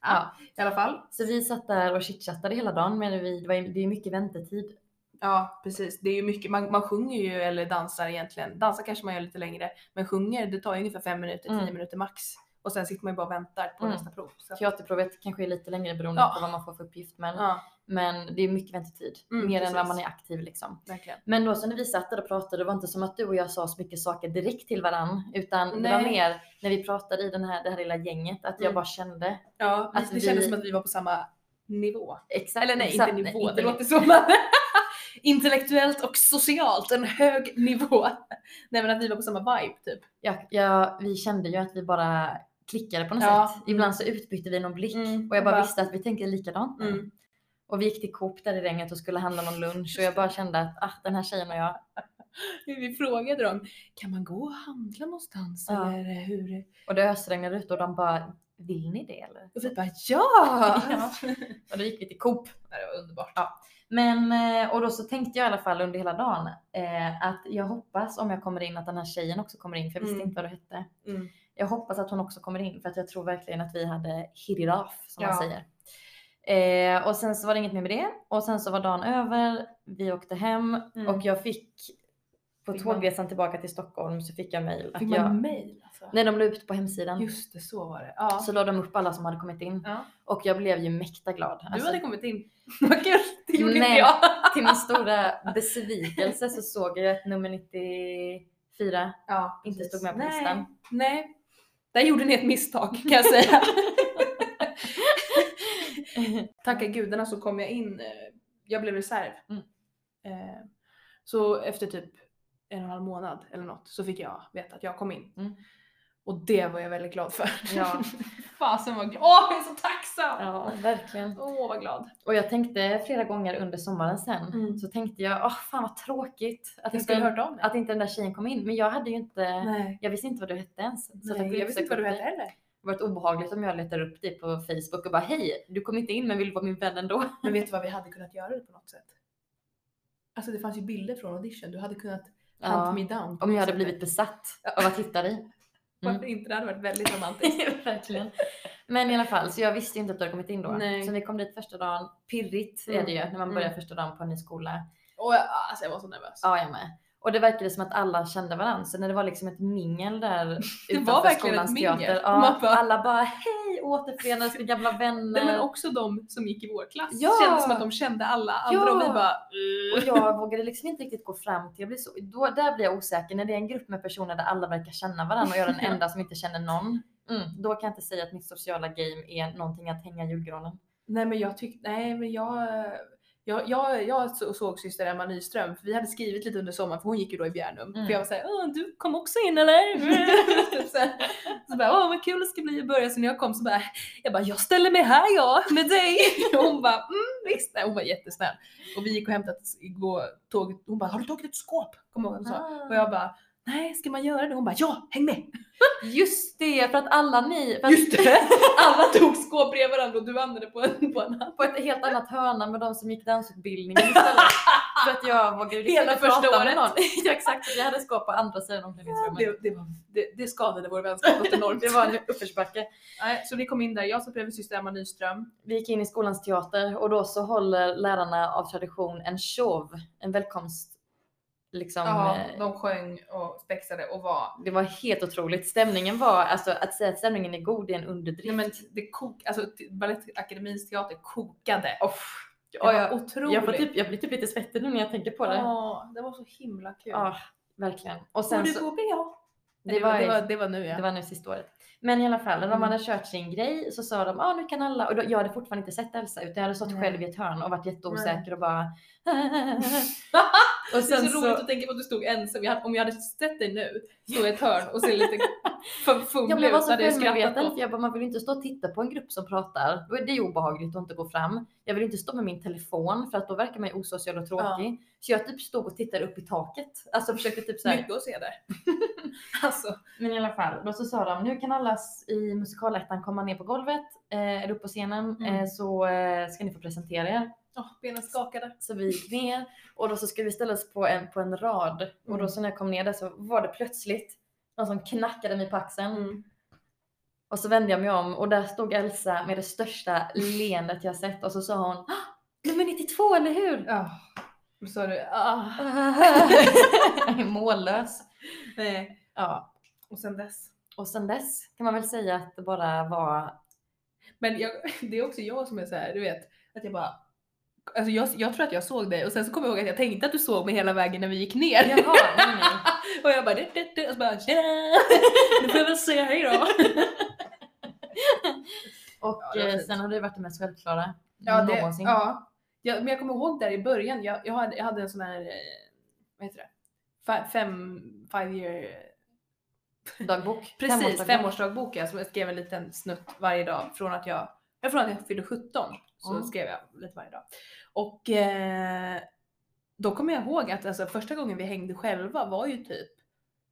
[SPEAKER 1] "Ah."
[SPEAKER 2] Ja.
[SPEAKER 1] i alla fall.
[SPEAKER 2] Så vi satt där och chitchattade hela dagen men vi, det, var, ju- det är ju mycket väntetid.
[SPEAKER 1] Ja precis, det är ju mycket, man, man sjunger ju eller dansar egentligen. Dansar kanske man gör lite längre, men sjunger det tar ju ungefär 5 minuter, 10
[SPEAKER 2] Mm.
[SPEAKER 1] minuter max. Och sen sitter man ju bara och väntar på
[SPEAKER 2] Mm.
[SPEAKER 1] nästa prov. Så. att-
[SPEAKER 2] Teaterprovet kanske är lite längre beroende
[SPEAKER 1] Ja.
[SPEAKER 2] på vad man får för uppgift. Men,
[SPEAKER 1] Ja,
[SPEAKER 2] men det är mycket väntetid.
[SPEAKER 1] Mm,
[SPEAKER 2] mer än
[SPEAKER 1] precis.
[SPEAKER 2] vad man är aktiv liksom.
[SPEAKER 1] verkligen.
[SPEAKER 2] Men då så när vi satt där och pratade, det var inte som att du och jag sa så mycket saker direkt till varann. Utan det var
[SPEAKER 1] Nej.
[SPEAKER 2] mer när vi pratade i den här, det här lilla gänget att jag
[SPEAKER 1] Mm.
[SPEAKER 2] bara kände
[SPEAKER 1] Ja,
[SPEAKER 2] Att
[SPEAKER 1] det kändes
[SPEAKER 2] vi-
[SPEAKER 1] som att vi var på samma nivå.
[SPEAKER 2] exakt.
[SPEAKER 1] Eller nej,
[SPEAKER 2] exakt,
[SPEAKER 1] inte nivå.
[SPEAKER 2] inte
[SPEAKER 1] det låter som att [laughs] intellektuellt och socialt en hög nivå. Nej men att vi var på samma vibe typ.
[SPEAKER 2] jag, jag, vi kände ju att vi bara klickade på något
[SPEAKER 1] Ja.
[SPEAKER 2] sätt. Ibland så utbytte vi någon blick
[SPEAKER 1] Mm,
[SPEAKER 2] och jag bara
[SPEAKER 1] bara-
[SPEAKER 2] visste att vi tänker likadant nu.
[SPEAKER 1] Mm.
[SPEAKER 2] Och vi gick till Coop där i regnet och skulle handla någon lunch och jag bara kände att ah, den här tjejen och jag,
[SPEAKER 1] Vi frågade dem, kan man gå och handla någonstans?
[SPEAKER 2] Ja.
[SPEAKER 1] Eller hur?
[SPEAKER 2] och det ösregnade ute och de bara vill ni det eller?
[SPEAKER 1] Och vi bara ja!
[SPEAKER 2] [laughs] Ja. Och då gick vi till Coop.
[SPEAKER 1] [laughs] Det var underbart.
[SPEAKER 2] Men eh, och då så tänkte jag i alla fall under hela dagen eh, att jag hoppas om jag kommer in att den här tjejen också kommer in för jag visste
[SPEAKER 1] Mm.
[SPEAKER 2] inte vad du hette.
[SPEAKER 1] Mm.
[SPEAKER 2] Jag hoppas att hon också kommer in för att jag tror verkligen att vi hade hit it off som man
[SPEAKER 1] Ja.
[SPEAKER 2] säger. Eh, och sen så var det inget mer med det och sen så var dagen över. Vi åkte hem
[SPEAKER 1] Mm.
[SPEAKER 2] och jag fick på
[SPEAKER 1] Fick man-
[SPEAKER 2] tågresan tillbaka till Stockholm så fick jag mejl. att
[SPEAKER 1] Fick
[SPEAKER 2] jag-
[SPEAKER 1] man mejl alltså?
[SPEAKER 2] När de la ut på hemsidan
[SPEAKER 1] Just det, så var det. Ja.
[SPEAKER 2] så la de upp alla som hade kommit in
[SPEAKER 1] Ja.
[SPEAKER 2] och jag blev ju mäkta glad.
[SPEAKER 1] Du
[SPEAKER 2] Alltså,
[SPEAKER 1] hade kommit in. [laughs] Vad kul! Det gjorde
[SPEAKER 2] Nej.
[SPEAKER 1] inte jag.
[SPEAKER 2] [laughs] Till min stora besvikelse så såg jag att nummer 94
[SPEAKER 1] Ja,
[SPEAKER 2] inte
[SPEAKER 1] precis.
[SPEAKER 2] stod med på
[SPEAKER 1] Nej.
[SPEAKER 2] listan.
[SPEAKER 1] Nej. Där gjorde ni ett misstag kan jag
[SPEAKER 2] [laughs]
[SPEAKER 1] säga. Tacka gudarna så kom jag in. eh, Jag blev reserv.
[SPEAKER 2] Mm.
[SPEAKER 1] Eh, Så efter typ en och en halv månad eller något så fick jag veta att jag kom in.
[SPEAKER 2] Mm.
[SPEAKER 1] Och det var jag väldigt
[SPEAKER 2] [laughs]
[SPEAKER 1] glad för.
[SPEAKER 2] Ja.
[SPEAKER 1] Fasen vad glad. Åh, jag är så tacksam!
[SPEAKER 2] ja, verkligen.
[SPEAKER 1] Åh, vad glad.
[SPEAKER 2] Och jag tänkte flera gånger under sommaren sen
[SPEAKER 1] Mm.
[SPEAKER 2] så tänkte jag, åh fan vad tråkigt att,
[SPEAKER 1] Jag
[SPEAKER 2] inte,
[SPEAKER 1] skulle hört av mig.
[SPEAKER 2] att inte den där tjejen kom in. Men jag hade ju inte,
[SPEAKER 1] Nej.
[SPEAKER 2] jag visste inte vad du hette ens. Så att
[SPEAKER 1] Nej,
[SPEAKER 2] kunde
[SPEAKER 1] jag visste inte vad du
[SPEAKER 2] söka upp
[SPEAKER 1] hette heller.
[SPEAKER 2] Det varit obehagligt om jag letar upp dig på Facebook och bara hej, du kom inte in men vill vara min vän ändå.
[SPEAKER 1] Men vet du vad vi hade kunnat göra det på något sätt? Alltså det fanns ju bilder från audition. Du hade kunnat hunt me down. på
[SPEAKER 2] Om jag
[SPEAKER 1] något
[SPEAKER 2] hade
[SPEAKER 1] sätt.
[SPEAKER 2] blivit besatt av att hitta dig.
[SPEAKER 1] Varför inte? Det hade varit
[SPEAKER 2] [laughs]
[SPEAKER 1] väldigt romantiskt.
[SPEAKER 2] Verkligen. Men i alla fall, så jag visste ju inte att du hade kommit in då.
[SPEAKER 1] Nej.
[SPEAKER 2] Så vi kom dit första dagen. Pirrigt är
[SPEAKER 1] Mm.
[SPEAKER 2] det ju när man börjar
[SPEAKER 1] Mm.
[SPEAKER 2] första dagen på en ny skola.
[SPEAKER 1] Och jag, alltså jag var så nervös.
[SPEAKER 2] Ja, jag med. Och det verkade som att alla kände varandra. Så när det var liksom ett mingel där
[SPEAKER 1] [laughs] Det var
[SPEAKER 2] utanför
[SPEAKER 1] verkligen ett
[SPEAKER 2] skolans
[SPEAKER 1] mingel.
[SPEAKER 2] teater. Ja,
[SPEAKER 1] Man bara-
[SPEAKER 2] alla bara hej, återförenades med gamla vänner.
[SPEAKER 1] Nej, men också de som gick i vår klass.
[SPEAKER 2] Ja.
[SPEAKER 1] Kändes som att de kände alla andra
[SPEAKER 2] Ja.
[SPEAKER 1] och vi bara...
[SPEAKER 2] Och
[SPEAKER 1] "Eh."
[SPEAKER 2] jag vågade liksom inte riktigt gå fram till. Jag blir så, då, där blir jag osäker. När det är en grupp med personer där alla verkar känna varandra och jag är
[SPEAKER 1] [laughs]
[SPEAKER 2] den enda som inte känner någon. Mm, då kan jag inte säga att mitt sociala game är någonting att hänga i julgranen.
[SPEAKER 1] Nej men jag tyckte, nej men jag... Jag, jag, jag så- såg syster Emma Nyström, för vi hade skrivit lite under sommaren, för hon gick ju då i Bjärnum.
[SPEAKER 2] Mm.
[SPEAKER 1] För jag var såhär, "Åh, du kom också in eller? [laughs] så, här. så bara, åh vad kul det ska bli att börja. Så när jag kom så bara, jag bara, jag ställer mig här jag med dig. [laughs] Och hon bara, mm visst. Nej, hon var jättesnäll. Och vi gick och hämtade ett- igår tåget, hon bara, har du tagit ett skåp? Kommer jag ihåg hon sa.
[SPEAKER 2] Ah.
[SPEAKER 1] Och jag bara, nej ska man göra det? Hon bara, ja häng med!
[SPEAKER 2] Just det, för att alla ni... För att,
[SPEAKER 1] Just det! [laughs] Alla tog skåp bredvid varandra och du hamnade på en, på en
[SPEAKER 2] På ett helt annat hörna med de som gick dansutbildningen [laughs] istället. för att jag vågade liksom
[SPEAKER 1] Hela
[SPEAKER 2] inte
[SPEAKER 1] första
[SPEAKER 2] prata med
[SPEAKER 1] året.
[SPEAKER 2] någon. [laughs] ja, exakt, vi hade skåp på andra sidan omklädningsrummet.
[SPEAKER 1] det, det, var- det, det skadade vår vänskap något enormt.
[SPEAKER 2] Det var
[SPEAKER 1] [laughs]
[SPEAKER 2] en uppförsbacke.
[SPEAKER 1] Nej, så vi kom in där, jag satt bredvid syster Emma Nyström.
[SPEAKER 2] Vi gick in i skolans teater och då så håller lärarna av tradition en show, en välkomst... Liksom, eh,
[SPEAKER 1] de sjöng och spexade och var...
[SPEAKER 2] Det var helt otroligt. Stämningen var, alltså att säga att stämningen är god det är en underdrift.
[SPEAKER 1] Nej, men det kok, alltså, t- Balettakademins teater kokade. Det
[SPEAKER 2] Ja,
[SPEAKER 1] var
[SPEAKER 2] jag-
[SPEAKER 1] otroligt.
[SPEAKER 2] jag, får typ, jag blir typ lite svettig nu när jag tänker på det. Ja,
[SPEAKER 1] Ja, det var så himla kul.
[SPEAKER 2] verkligen. Och sen
[SPEAKER 1] Sen
[SPEAKER 2] så,
[SPEAKER 1] gå bio?
[SPEAKER 2] det, var,
[SPEAKER 1] det, var, det var nu ja.
[SPEAKER 2] det var nu sista året. Men i alla fall, när de
[SPEAKER 1] Mm.
[SPEAKER 2] hade kört sin grej så sa de, ja ah, nu kan alla, och då, jag hade fortfarande inte sett Elsa utan jag hade stått
[SPEAKER 1] Nej.
[SPEAKER 2] själv i ett hörn och varit jätteosäker och
[SPEAKER 1] [laughs]
[SPEAKER 2] bara [laughs] Och
[SPEAKER 1] Det är
[SPEAKER 2] sen
[SPEAKER 1] så, roligt
[SPEAKER 2] så,
[SPEAKER 1] att tänka på att du stod ensam. Jag hade, om jag hade sett dig nu, stå i ett hörn och se [laughs] lite f-
[SPEAKER 2] jag
[SPEAKER 1] fumlig
[SPEAKER 2] blev
[SPEAKER 1] ut,
[SPEAKER 2] var
[SPEAKER 1] så
[SPEAKER 2] så
[SPEAKER 1] hade jag skrattat
[SPEAKER 2] självmedveten
[SPEAKER 1] åt.
[SPEAKER 2] för jag bara, man vill ju inte stå och titta på en grupp som pratar. Då är det ju obehagligt att inte gå fram. Jag vill inte stå med min telefon för att då verkar man ju osocial och tråkig. Så jag typ stod och tittade upp i taket. Alltså försökte typ såhär
[SPEAKER 1] Mycket att se [laughs] där. alltså,
[SPEAKER 2] Men i alla fall, då så sa de nu kan alla s- i musikalettan komma ner på golvet eh, eller upp på scenen
[SPEAKER 1] Mm.
[SPEAKER 2] eh, så eh, ska ni få presentera er.
[SPEAKER 1] åh, benen skakade.
[SPEAKER 2] Så vi gick ner och då så skulle vi ställa oss på en, på en rad och då
[SPEAKER 1] Mm.
[SPEAKER 2] så när jag kom ner där så var det plötsligt någon som knackade mig på axeln
[SPEAKER 1] Mm.
[SPEAKER 2] och så vände jag mig om och där stod Elsa med det största leendet jag sett och så sa hon "Ah, nummer 92 eller
[SPEAKER 1] [laughs]
[SPEAKER 2] hur?
[SPEAKER 1] Ja. Då Ah, sa du [laughs] ah,
[SPEAKER 2] Mållös.
[SPEAKER 1] nej.
[SPEAKER 2] Ja,
[SPEAKER 1] Och sen dess.
[SPEAKER 2] Och sen dess kan man väl säga att det bara var
[SPEAKER 1] [laughs] Men jag, [laughs] det är också jag som är så här, du vet, att jag bara Alltså jag, jag tror att jag såg dig och sen så kommer jag ihåg att jag tänkte att du såg mig hela vägen när vi gick ner.
[SPEAKER 2] Jaha, nej, nej.
[SPEAKER 1] [laughs] Och jag bara, det, det, det. Och så bara tjena! [laughs] Nu får jag väl säga hej då.
[SPEAKER 2] Och
[SPEAKER 1] det var
[SPEAKER 2] eh,
[SPEAKER 1] fint.
[SPEAKER 2] sen har det varit det mest självklara
[SPEAKER 1] Ja, det,
[SPEAKER 2] någonsin.
[SPEAKER 1] ja. Jag, men jag kommer ihåg där i början, jag, jag, hade, jag hade en sån här, eh, vad heter det? Fe- Fem, five year
[SPEAKER 2] Dagbok.
[SPEAKER 1] Precis,
[SPEAKER 2] Femårsdagbok.
[SPEAKER 1] femårsdagboken som jag skrev en liten snutt varje dag från att jag, ja, från att jag fyllde 17. Så
[SPEAKER 2] Mm.
[SPEAKER 1] skrev jag lite varje dag. Och eh, då kommer jag ihåg att alltså, första gången vi hängde själva var ju typ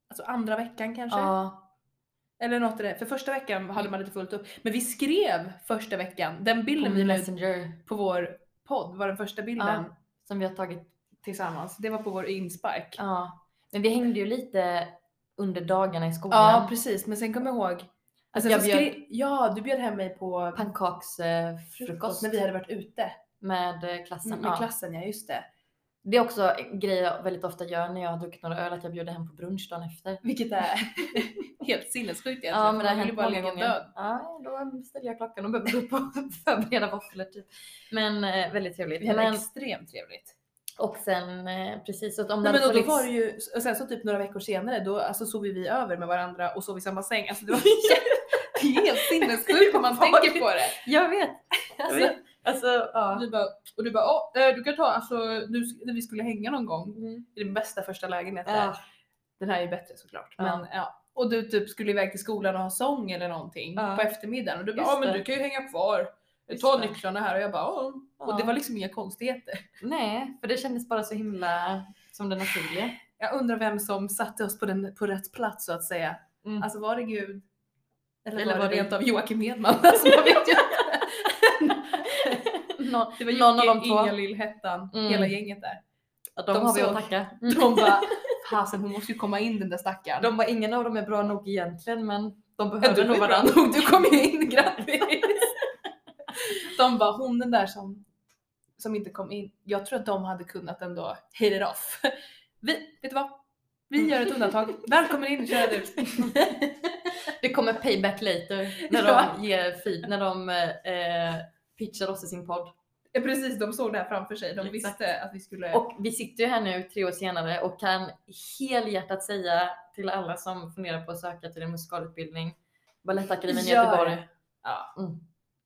[SPEAKER 1] alltså, andra veckan kanske.
[SPEAKER 2] Ja,
[SPEAKER 1] Eller något i det. För första veckan hade man lite fullt upp. Men vi skrev första veckan, den
[SPEAKER 2] på
[SPEAKER 1] bilden vi la ut
[SPEAKER 2] Messenger.
[SPEAKER 1] på vår podd var den första bilden
[SPEAKER 2] Som vi har tagit.
[SPEAKER 1] tillsammans. Det var på vår inspark.
[SPEAKER 2] Ja. Men vi hängde ju lite under dagarna i skolan.
[SPEAKER 1] Ja, precis. Men sen kommer jag ihåg. Alltså,
[SPEAKER 2] jag
[SPEAKER 1] så
[SPEAKER 2] bjöd-
[SPEAKER 1] skrev, ja, du bjöd hem mig på
[SPEAKER 2] Pannkaksfrukost
[SPEAKER 1] när vi hade varit ute.
[SPEAKER 2] med eh, klassen.
[SPEAKER 1] med
[SPEAKER 2] ja.
[SPEAKER 1] klassen, ja just det.
[SPEAKER 2] Det är också en grej jag väldigt ofta gör när jag har druckit några öl, att jag bjuder hem på brunch dagen efter.
[SPEAKER 1] Vilket är [laughs] helt sinnessjukt egentligen.
[SPEAKER 2] Ja, men
[SPEAKER 1] för
[SPEAKER 2] det har
[SPEAKER 1] man vill
[SPEAKER 2] hänt
[SPEAKER 1] ju bara
[SPEAKER 2] många
[SPEAKER 1] ligga
[SPEAKER 2] gånger.
[SPEAKER 1] död.
[SPEAKER 2] Ja, då ställer jag klockan och behöver gå upp och [laughs] förbereda våfflor typ. Men eh, väldigt trevligt.
[SPEAKER 1] Vi hade
[SPEAKER 2] Men,
[SPEAKER 1] extremt trevligt.
[SPEAKER 2] och sen eh, precis, så att om det
[SPEAKER 1] Nej, men
[SPEAKER 2] hade
[SPEAKER 1] och då
[SPEAKER 2] funnits-
[SPEAKER 1] var det ju, och sen så typ några veckor senare då alltså, sov ju vi över med varandra och sov i samma säng. Alltså det var helt, det är [laughs] helt
[SPEAKER 2] [laughs]
[SPEAKER 1] sinnessjukt om man tänker på det.
[SPEAKER 2] Jag vet!
[SPEAKER 1] Alltså,
[SPEAKER 2] vet. Alltså, ja.
[SPEAKER 1] du bara, och du bara, "Åh, eh, du kan ta, alltså nu, sk- när vi skulle hänga någon gång
[SPEAKER 2] Mm.
[SPEAKER 1] i den bästa första lägenheten.
[SPEAKER 2] Ja.
[SPEAKER 1] Den här är ju bättre såklart.
[SPEAKER 2] Ja.
[SPEAKER 1] Men, ja. Och du typ skulle iväg till skolan och ha sång eller någonting
[SPEAKER 2] Ja.
[SPEAKER 1] på eftermiddagen och du bara,
[SPEAKER 2] Just
[SPEAKER 1] ja men
[SPEAKER 2] det.
[SPEAKER 1] du kan ju hänga kvar.
[SPEAKER 2] Just
[SPEAKER 1] Ta
[SPEAKER 2] det.
[SPEAKER 1] nycklarna här och jag bara, "Ja." Och det var liksom inga konstigheter.
[SPEAKER 2] Nej, för det kändes bara så himla som det naturliga.
[SPEAKER 1] Jag undrar vem som satte oss på, den, på rätt plats så att säga.
[SPEAKER 2] Mm.
[SPEAKER 1] Alltså var det Gud? Eller,
[SPEAKER 2] Eller
[SPEAKER 1] var,
[SPEAKER 2] var
[SPEAKER 1] det
[SPEAKER 2] det-
[SPEAKER 1] rent av Joakim Hedman? [laughs] Alltså, man vet ju.
[SPEAKER 2] [laughs] Nå-
[SPEAKER 1] Det var
[SPEAKER 2] Någon av
[SPEAKER 1] Jocke,
[SPEAKER 2] de två.
[SPEAKER 1] Ingalill, Hettan,
[SPEAKER 2] Mm.
[SPEAKER 1] hela gänget där.
[SPEAKER 2] Ja,
[SPEAKER 1] de
[SPEAKER 2] de Mm. har vi
[SPEAKER 1] såg-
[SPEAKER 2] att tacka.
[SPEAKER 1] De bara, fasen hon måste ju komma in den där stackaren.
[SPEAKER 2] De var ingen av dem är bra nog egentligen, men de
[SPEAKER 1] Ja,
[SPEAKER 2] behöver
[SPEAKER 1] du,
[SPEAKER 2] nog
[SPEAKER 1] var bra
[SPEAKER 2] varandra.
[SPEAKER 1] nog,
[SPEAKER 2] [laughs]
[SPEAKER 1] du kom ju in, grattis! De bara, hon den där som, som inte kom in. Jag tror att de hade kunnat ändå hit it off. [laughs] Vi, vet du vad?
[SPEAKER 2] Mm.
[SPEAKER 1] Vi gör ett undantag. Välkommen in
[SPEAKER 2] [laughs]
[SPEAKER 1] kära du!
[SPEAKER 2] Det kommer payback later när
[SPEAKER 1] Ja.
[SPEAKER 2] de ger feed, när de eh, pitchar oss i sin podd.
[SPEAKER 1] Ja, precis, de såg det här framför sig. De
[SPEAKER 2] Exakt.
[SPEAKER 1] visste att vi skulle...
[SPEAKER 2] Och vi sitter ju här nu tre år senare och kan helhjärtat säga till alla som funderar på att söka till en musikalutbildning, Balettakademin i
[SPEAKER 1] Gör
[SPEAKER 2] Göteborg.
[SPEAKER 1] det. Ja.
[SPEAKER 2] Mm.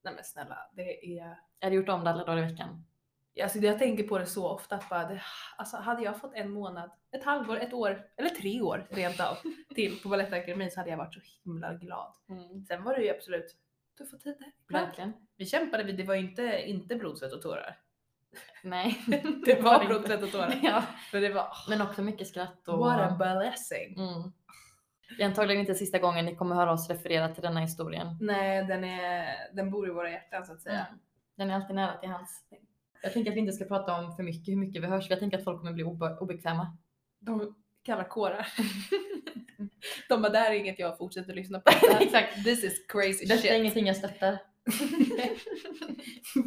[SPEAKER 1] Nej men snälla, det är...
[SPEAKER 2] Jag hade gjort om det alla dagar i veckan.
[SPEAKER 1] Alltså, jag tänker på det så ofta att bara, det, alltså, hade jag fått en månad, ett halvår, ett år eller tre år
[SPEAKER 2] [laughs]
[SPEAKER 1] rent av till på Balettakademin så hade jag varit så himla glad. Sen var det ju absolut tuffa tider. ibland.
[SPEAKER 2] Verkligen.
[SPEAKER 1] Vi kämpade, vi- det var ju inte, inte blod, svett och tårar. [laughs]
[SPEAKER 2] Nej.
[SPEAKER 1] Det var
[SPEAKER 2] det
[SPEAKER 1] blod,
[SPEAKER 2] inte.
[SPEAKER 1] svett och [laughs] tårar.
[SPEAKER 2] [laughs] ja.
[SPEAKER 1] Men det var, åh,
[SPEAKER 2] Men också mycket skratt och...
[SPEAKER 1] what a blessing.
[SPEAKER 2] Mm. Det är antagligen inte sista gången ni kommer höra oss referera till denna historien.
[SPEAKER 1] Nej, den, är, den bor i våra hjärtan så att säga.
[SPEAKER 2] Mm. Den är alltid nära till hans. Jag tänker att vi inte ska prata om för mycket hur mycket vi hörs. för Jag tänker att folk kommer bli obe- obekväma.
[SPEAKER 1] De kallar kårar. [laughs] De bara, det här är inget jag fortsätter lyssna [laughs] på. Det här-
[SPEAKER 2] Exakt.
[SPEAKER 1] This is crazy
[SPEAKER 2] Detta är
[SPEAKER 1] shit.
[SPEAKER 2] ingenting jag stöttar.
[SPEAKER 1] [laughs]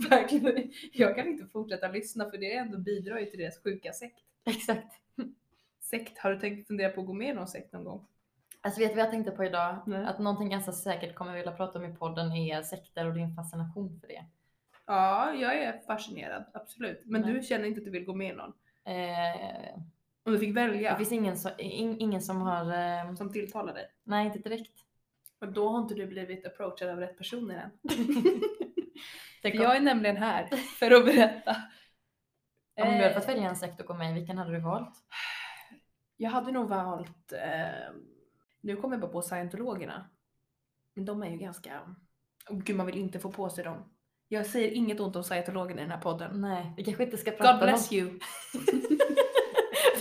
[SPEAKER 1] Verkligen. Jag kan inte fortsätta lyssna för det ändå bidrar ju till deras sjuka sekt.
[SPEAKER 2] Exakt.
[SPEAKER 1] Sekt, har du tänkt fundera på att gå med i någon sekt någon gång?
[SPEAKER 2] Alltså vet du vad jag tänkte på idag?
[SPEAKER 1] Nej.
[SPEAKER 2] Att någonting ganska säkert kommer vi vilja prata om i podden är sekter och din fascination för det.
[SPEAKER 1] Ja, jag är fascinerad, absolut. Men
[SPEAKER 2] Nej.
[SPEAKER 1] du känner inte att du vill gå med i någon?
[SPEAKER 2] Eh,
[SPEAKER 1] Om du fick välja
[SPEAKER 2] Det finns ingen som, in, ingen som har... Eh,
[SPEAKER 1] som tilltalar dig?
[SPEAKER 2] nej, inte direkt.
[SPEAKER 1] Men då har inte du blivit approachad av rätt personer än.
[SPEAKER 2] Tänk
[SPEAKER 1] För
[SPEAKER 2] om-
[SPEAKER 1] jag är nämligen här för att berätta.
[SPEAKER 2] Om du hade fått
[SPEAKER 1] Eh,
[SPEAKER 2] välja en sekt och gå med i, vilken hade du valt?
[SPEAKER 1] Jag hade nog valt, eh, nu kommer jag bara på scientologerna. Men de är ju ganska, oh, gud man vill inte få på sig dem. Jag säger inget ont om scientologerna i den här podden.
[SPEAKER 2] Nej, vi kanske inte ska prata
[SPEAKER 1] Mm. God
[SPEAKER 2] om...
[SPEAKER 1] bless [laughs] you!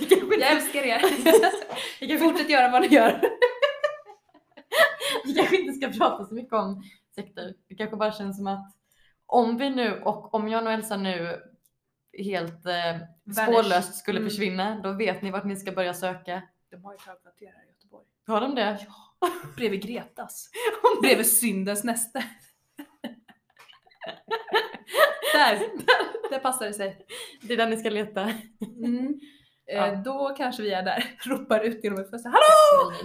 [SPEAKER 2] Vi kanske
[SPEAKER 1] Jag
[SPEAKER 2] inte,
[SPEAKER 1] älskar er!
[SPEAKER 2] [laughs] vi kanske,
[SPEAKER 1] Fortsätt göra vad ni gör.
[SPEAKER 2] [laughs] vi kanske inte ska prata så mycket om sekter. Det kanske bara känns som att om vi nu och om jag och Elsa nu helt eh, spårlöst skulle
[SPEAKER 1] Mm.
[SPEAKER 2] försvinna, då vet ni vart ni ska börja söka.
[SPEAKER 1] De har ju högkvarter här i Göteborg.
[SPEAKER 2] Har de det?
[SPEAKER 1] Bredvid
[SPEAKER 2] [laughs]
[SPEAKER 1] Gretas. Bredvid syndens näste. där, där passar det sig.
[SPEAKER 2] Det är där ni ska leta.
[SPEAKER 1] Mm. Eh,
[SPEAKER 2] Ja.
[SPEAKER 1] [laughs] Då kanske vi är där, ropar ut genom ett fönster. Hallå!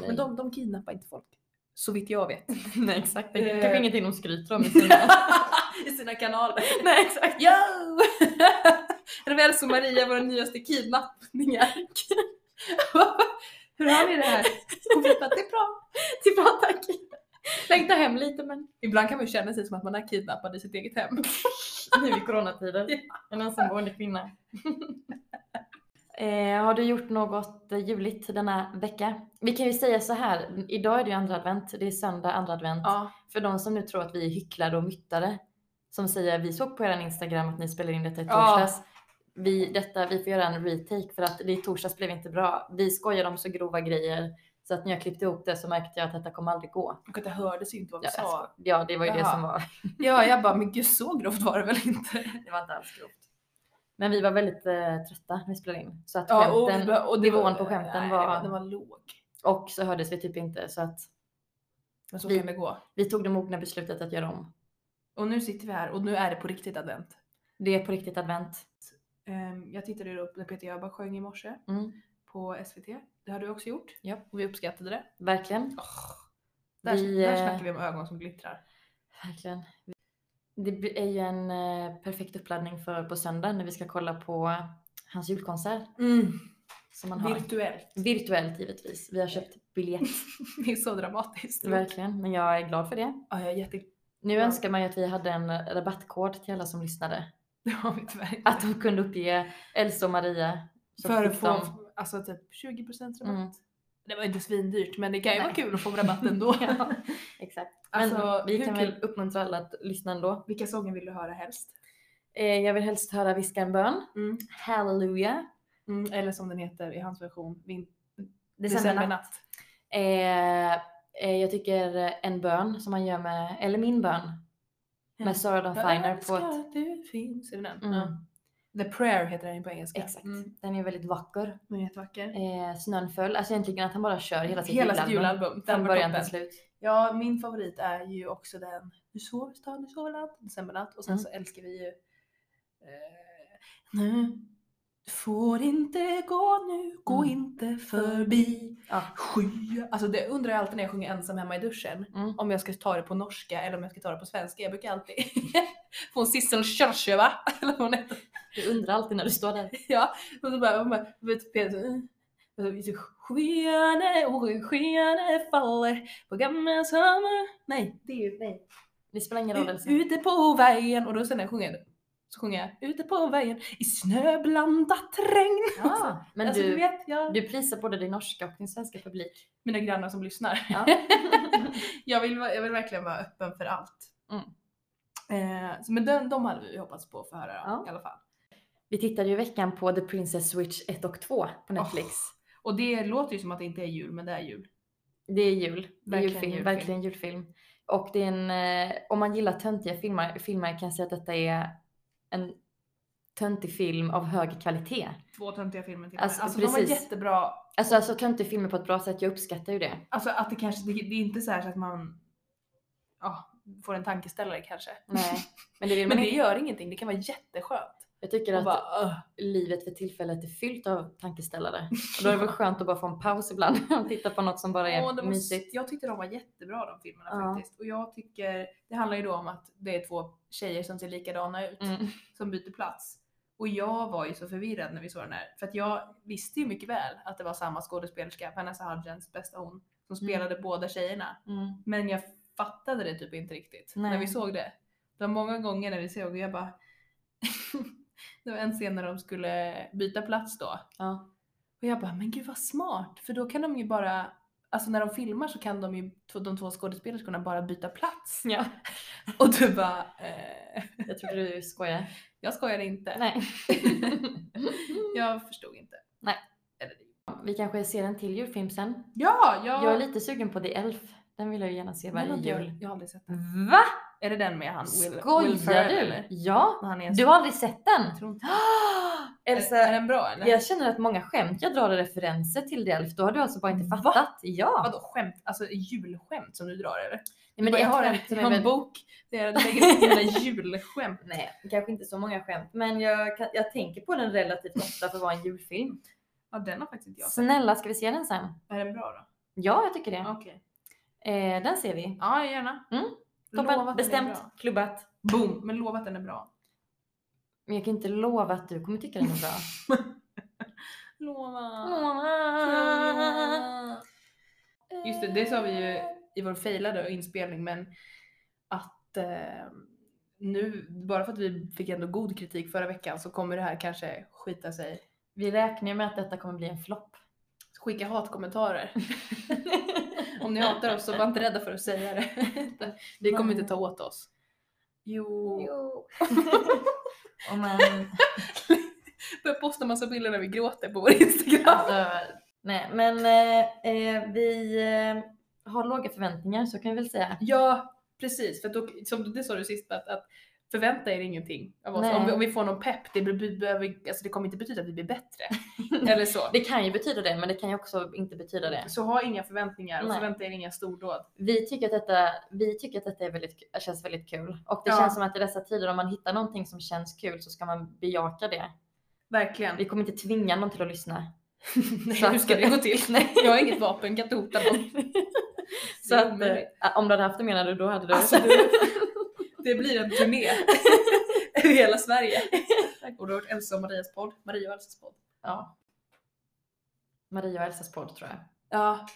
[SPEAKER 1] Men de, de kidnappar inte folk. Så vitt jag vet.
[SPEAKER 2] [laughs] Nej exakt, det är
[SPEAKER 1] Eh.
[SPEAKER 2] kanske ingenting de skryter om i sina...
[SPEAKER 1] [laughs] I
[SPEAKER 2] [laughs]
[SPEAKER 1] sina kanaler.
[SPEAKER 2] Nej exakt.
[SPEAKER 1] [laughs] Yo! Revelso Maria, våra nyaste kidnappningar. [laughs] Hur har ni det här? Hon vet att det är bra.
[SPEAKER 2] [laughs] Till bra tack. Längtar hem lite men
[SPEAKER 1] Ibland kan man ju känna sig som att man är kidnappad i sitt eget hem.
[SPEAKER 2] nu i coronatider.
[SPEAKER 1] Ja.
[SPEAKER 2] En ensamboende kvinna. [laughs] eh, har du gjort något eh, juligt denna vecka? Vi kan ju säga så här, idag är det ju andra advent, det är söndag andra advent.
[SPEAKER 1] Ja.
[SPEAKER 2] För de som nu tror att vi är hycklare och myttare, som säger vi såg på er Instagram att ni spelar in detta i
[SPEAKER 1] Ja.
[SPEAKER 2] torsdags. Vi, detta, vi får göra en retake för att det i torsdags blev inte bra. Vi skojar om så grova grejer så att när jag klippte ihop det så märkte jag att detta kommer aldrig gå.
[SPEAKER 1] Och att det hördes ju inte vad vi
[SPEAKER 2] Ja,
[SPEAKER 1] sa.
[SPEAKER 2] ja det var ju det
[SPEAKER 1] Jaha.
[SPEAKER 2] som var.
[SPEAKER 1] Ja, jag bara, men gud så grovt var det väl inte?
[SPEAKER 2] Det var inte alls grovt. Men vi var väldigt eh, trötta när vi spelade in. Så att
[SPEAKER 1] Ja, och,
[SPEAKER 2] skämten,
[SPEAKER 1] och, det
[SPEAKER 2] nivån
[SPEAKER 1] var-
[SPEAKER 2] på skämten
[SPEAKER 1] nej,
[SPEAKER 2] var-
[SPEAKER 1] Den var låg.
[SPEAKER 2] och så hördes vi typ inte så att
[SPEAKER 1] Men så
[SPEAKER 2] Vi-
[SPEAKER 1] kan det gå.
[SPEAKER 2] vi tog det mogna beslutet att göra om.
[SPEAKER 1] Och nu sitter vi här och nu är det på riktigt advent.
[SPEAKER 2] Det är på riktigt advent.
[SPEAKER 1] Ehm, Jag tittade ju upp när Peter Jöback sjöng i morse
[SPEAKER 2] Mm.
[SPEAKER 1] på SVT. Det har du också gjort.
[SPEAKER 2] Ja.
[SPEAKER 1] Och vi uppskattade det.
[SPEAKER 2] Verkligen.
[SPEAKER 1] Där,
[SPEAKER 2] Vi,
[SPEAKER 1] där
[SPEAKER 2] eh,
[SPEAKER 1] snackar vi om ögon som glittrar.
[SPEAKER 2] Verkligen. Det blir- är ju en eh, perfekt uppladdning för på söndag när vi ska kolla på hans julkonsert som han har.
[SPEAKER 1] Virtuellt. [laughs]
[SPEAKER 2] Virtuellt givetvis. Vi har köpt biljett.
[SPEAKER 1] Det är så dramatiskt.
[SPEAKER 2] Verkligen. Men jag är glad för det.
[SPEAKER 1] Ja, jag är jätte... [laughs]
[SPEAKER 2] Nu
[SPEAKER 1] Ja.
[SPEAKER 2] önskar man ju att vi hade en rabattkod till alla som lyssnade.
[SPEAKER 1] Det har vi tyvärr inte.
[SPEAKER 2] Att de kunde uppge Elsa och Maria. Så
[SPEAKER 1] För att
[SPEAKER 2] fick
[SPEAKER 1] få
[SPEAKER 2] de-
[SPEAKER 1] alltså, typ 20% rabatt.
[SPEAKER 2] Mm.
[SPEAKER 1] Det var inte svindyrt men det kan ju
[SPEAKER 2] Nej.
[SPEAKER 1] vara kul att få rabatt ändå.
[SPEAKER 2] [laughs] [laughs] ja, exakt. Men
[SPEAKER 1] Alltså,
[SPEAKER 2] vi
[SPEAKER 1] hur
[SPEAKER 2] kan väl
[SPEAKER 1] kul-
[SPEAKER 2] uppmuntra alla att lyssna ändå.
[SPEAKER 1] Vilka sånger vill du höra helst?
[SPEAKER 2] Eh, jag vill helst höra Viska en bön.
[SPEAKER 1] Mm.
[SPEAKER 2] Halleluja.
[SPEAKER 1] Eller som den heter i hans version, Vin- natt.
[SPEAKER 2] Eh, eh, jag tycker en bön som man gör med, eller min bön.
[SPEAKER 1] Ja.
[SPEAKER 2] Med Sarah Dawn
[SPEAKER 1] Jag
[SPEAKER 2] Finer på
[SPEAKER 1] önskar
[SPEAKER 2] ett...
[SPEAKER 1] att du finns. Är det den?
[SPEAKER 2] Mm,
[SPEAKER 1] Ja. The prayer heter den ju på engelska.
[SPEAKER 2] Exakt.
[SPEAKER 1] Mm.
[SPEAKER 2] Den är väldigt vacker.
[SPEAKER 1] Den är jättevacker.
[SPEAKER 2] Eh, snön föll. Alltså egentligen att han bara kör hela sitt
[SPEAKER 1] Hela sitt
[SPEAKER 2] julalbum.
[SPEAKER 1] julalbum. Den
[SPEAKER 2] Från
[SPEAKER 1] var
[SPEAKER 2] början
[SPEAKER 1] toppen.
[SPEAKER 2] till slut.
[SPEAKER 1] Ja, min favorit är ju också den Nu sover stan, nu sover natt, decembernatt. Och sen
[SPEAKER 2] Mm.
[SPEAKER 1] så älskar vi ju eh, Nu Du får inte gå nu, gå
[SPEAKER 2] Mm.
[SPEAKER 1] inte förbi
[SPEAKER 2] Ja.
[SPEAKER 1] Sky. Alltså det undrar jag alltid när jag sjunger ensam hemma i duschen.
[SPEAKER 2] Mm.
[SPEAKER 1] Om jag ska ta det på norska eller om jag ska ta det på svenska. Jag brukar alltid [laughs] få en Sissel Kjörsjöva. [laughs] Eller vad hon heter.
[SPEAKER 2] Du undrar alltid när du står där.
[SPEAKER 1] Och så bara, och bara vet Peter så, "Eh." Och så, så, Skyarna, oh, skyarna faller på gamla sommar. Nej, det är ju nej.
[SPEAKER 2] Det spelar ingen roll.
[SPEAKER 1] U-
[SPEAKER 2] Elsa.
[SPEAKER 1] ute på vägen. Och då sen när jag sjunger så sjunger jag ute på vägen i snöblandat regn.
[SPEAKER 2] Ja, men
[SPEAKER 1] alltså, du,
[SPEAKER 2] du,
[SPEAKER 1] vet, jag,
[SPEAKER 2] du prisar både din norska och din svenska publik.
[SPEAKER 1] mina grannar som lyssnar.
[SPEAKER 2] Ja.
[SPEAKER 1] [laughs] jag, vill, vara- jag vill verkligen vara öppen för allt.
[SPEAKER 2] Mm.
[SPEAKER 1] Eh, så, men den, de hade vi hoppats på att få höra
[SPEAKER 2] Ja.
[SPEAKER 1] i alla fall.
[SPEAKER 2] Vi tittade ju i veckan på The Princess Switch 1 och 2 på Netflix.
[SPEAKER 1] Och det låter ju som att det inte är jul, men det är jul.
[SPEAKER 2] Det är jul. Det är
[SPEAKER 1] Verkligen
[SPEAKER 2] julfilm,
[SPEAKER 1] julfilm.
[SPEAKER 2] Verkligen julfilm. Och det är en, eh, om man gillar töntiga filmer, filmer kan jag säga att detta är en töntig film av hög kvalitet.
[SPEAKER 1] Två töntiga filmer till.
[SPEAKER 2] Alltså,
[SPEAKER 1] Alltså, alltså de var
[SPEAKER 2] precis.
[SPEAKER 1] jättebra.
[SPEAKER 2] Alltså, alltså töntig filmer på ett bra sätt, jag uppskattar ju det.
[SPEAKER 1] Alltså att det kanske, det, det är inte så här så att man ja, får en tankeställare kanske.
[SPEAKER 2] Nej, men det vill man
[SPEAKER 1] Men det
[SPEAKER 2] inte.
[SPEAKER 1] gör ingenting, det kan vara jätteskönt.
[SPEAKER 2] Jag tycker
[SPEAKER 1] Och
[SPEAKER 2] att
[SPEAKER 1] bara, "Ugh."
[SPEAKER 2] livet för tillfället är fyllt av tankeställare. Och då är det väl skönt att bara få en paus ibland [laughs] och titta på något som bara är
[SPEAKER 1] Åh, det var,
[SPEAKER 2] mysigt.
[SPEAKER 1] jag tyckte de var jättebra de filmerna
[SPEAKER 2] Ja.
[SPEAKER 1] faktiskt. Och jag tycker, det handlar ju då om att det är två tjejer som ser likadana ut.
[SPEAKER 2] Mm.
[SPEAKER 1] som byter plats. Och jag var ju så förvirrad när vi såg den här. För att jag visste ju mycket väl att det var samma skådespelerska, Vanessa Hudgens bästa hon, som spelade båda tjejerna.
[SPEAKER 2] Mm.
[SPEAKER 1] Men jag fattade det typ inte riktigt när
[SPEAKER 2] Nej.
[SPEAKER 1] vi såg det. Det var många gånger när vi såg och jag bara... [laughs] det var en scen när de skulle byta plats då.
[SPEAKER 2] Ja.
[SPEAKER 1] Och jag bara, men gud vad smart! För då kan de ju bara... Alltså när de filmar så kan de ju, de två skådespelerskorna bara byta plats. [laughs]
[SPEAKER 2] ja,
[SPEAKER 1] Och du bara, eh,
[SPEAKER 2] jag tror du skojar.
[SPEAKER 1] jag skojade inte.
[SPEAKER 2] Nej.
[SPEAKER 1] Jag förstod inte.
[SPEAKER 2] Nej.
[SPEAKER 1] Eller det-
[SPEAKER 2] Vi kanske ser en till julfilm sen.
[SPEAKER 1] Ja, jag...
[SPEAKER 2] Jag är lite sugen på The Elf. Den vill jag ju gärna se
[SPEAKER 1] Den
[SPEAKER 2] varje
[SPEAKER 1] har inte jag-
[SPEAKER 2] jul.
[SPEAKER 1] Jag har aldrig sett den.
[SPEAKER 2] Va?
[SPEAKER 1] Är det den med han Will, Will
[SPEAKER 2] Skojar
[SPEAKER 1] Ferrell,
[SPEAKER 2] du?
[SPEAKER 1] eller?
[SPEAKER 2] Ja,
[SPEAKER 1] När Han är
[SPEAKER 2] du har aldrig sett [gasps] den?
[SPEAKER 1] Jag tror inte.
[SPEAKER 2] Ah,
[SPEAKER 1] Elsa... Är, är
[SPEAKER 2] Elsa,
[SPEAKER 1] den bra eller?
[SPEAKER 2] jag känner att många skämt jag drar är referenser till det Elf. Då har du alltså bara inte
[SPEAKER 1] Va?
[SPEAKER 2] fattat. Ja.
[SPEAKER 1] Vadå skämt? Alltså julskämt som du drar eller?
[SPEAKER 2] Nej, men det är
[SPEAKER 1] jag har en,
[SPEAKER 2] skämt som
[SPEAKER 1] jag
[SPEAKER 2] är
[SPEAKER 1] har en
[SPEAKER 2] väl-
[SPEAKER 1] bok där jag lägger upp
[SPEAKER 2] [laughs]
[SPEAKER 1] mina julskämt.
[SPEAKER 2] Nej, kanske inte så många skämt. Men jag, kan, jag tänker på den relativt ofta för att vara en [laughs] julfilm.
[SPEAKER 1] Ja, den har faktiskt inte jag sett.
[SPEAKER 2] Snälla, ska vi se den sen?
[SPEAKER 1] Är den bra då?
[SPEAKER 2] Ja, jag tycker det.
[SPEAKER 1] Okej.
[SPEAKER 2] Eh, den ser vi.
[SPEAKER 1] Ja, gärna.
[SPEAKER 2] Mm.
[SPEAKER 1] Lova att den
[SPEAKER 2] Toppen,
[SPEAKER 1] är
[SPEAKER 2] bestämt,
[SPEAKER 1] bra.
[SPEAKER 2] klubbat.
[SPEAKER 1] Boom! Men lova att den är bra.
[SPEAKER 2] Men jag kan inte lova att du kommer tycka den är bra.
[SPEAKER 1] Lova!
[SPEAKER 2] Just det, det sa vi ju.
[SPEAKER 1] i vår failade inspelning men att eh, nu, bara för att vi fick ändå god kritik förra veckan så kommer det här kanske skita sig.
[SPEAKER 2] Vi räknar ju med att detta kommer bli en flopp.
[SPEAKER 1] Skicka hatkommentarer. Om ni hatar oss så var inte rädda för att säga det. [laughs] Vi kommer inte ta åt oss. Jo.
[SPEAKER 2] Jo. [laughs] Om man,
[SPEAKER 1] Börjar posta massa bilder när vi gråter på vår Instagram.
[SPEAKER 2] alltså, nej, men eh, eh, vi eh, har låga förväntningar så kan vi väl säga.
[SPEAKER 1] Ja, precis. För att då, som det sa du sist, att, att förvänta er ingenting av oss.
[SPEAKER 2] Nej.
[SPEAKER 1] Om vi, om vi får någon pepp, det, be- behöver, alltså det kommer inte betyda att vi
[SPEAKER 2] [laughs]
[SPEAKER 1] blir bättre. Eller så.
[SPEAKER 2] Det kan ju betyda det, men det kan ju också inte betyda det.
[SPEAKER 1] Så ha inga förväntningar och
[SPEAKER 2] Nej.
[SPEAKER 1] förvänta er inga stordåd.
[SPEAKER 2] Vi tycker att detta, vi tycker att detta är väldigt, känns väldigt kul. Och det
[SPEAKER 1] Ja.
[SPEAKER 2] känns som att i dessa tider om man hittar någonting som känns kul så ska man bejaka det. [laughs]
[SPEAKER 1] Verkligen.
[SPEAKER 2] Vi kommer inte tvinga någon till att [laughs] lyssna.
[SPEAKER 1] Nej,
[SPEAKER 2] Så att-
[SPEAKER 1] hur ska det gå till?
[SPEAKER 2] [laughs] Nej.
[SPEAKER 1] Jag har inget vapen, kan inte hota
[SPEAKER 2] [laughs]
[SPEAKER 1] någon.
[SPEAKER 2] Så
[SPEAKER 1] Det är
[SPEAKER 2] att,
[SPEAKER 1] omöjligt.
[SPEAKER 2] eh, om du hade haft det menar du, då hade du...
[SPEAKER 1] Alltså, det, [laughs] det blir en turné [laughs] över hela Sverige. Och du har hört Elsa och Marias podd, Maria och Elsas podd.
[SPEAKER 2] ja. [laughs] Maria och Elsas podd tror jag.
[SPEAKER 1] Ja,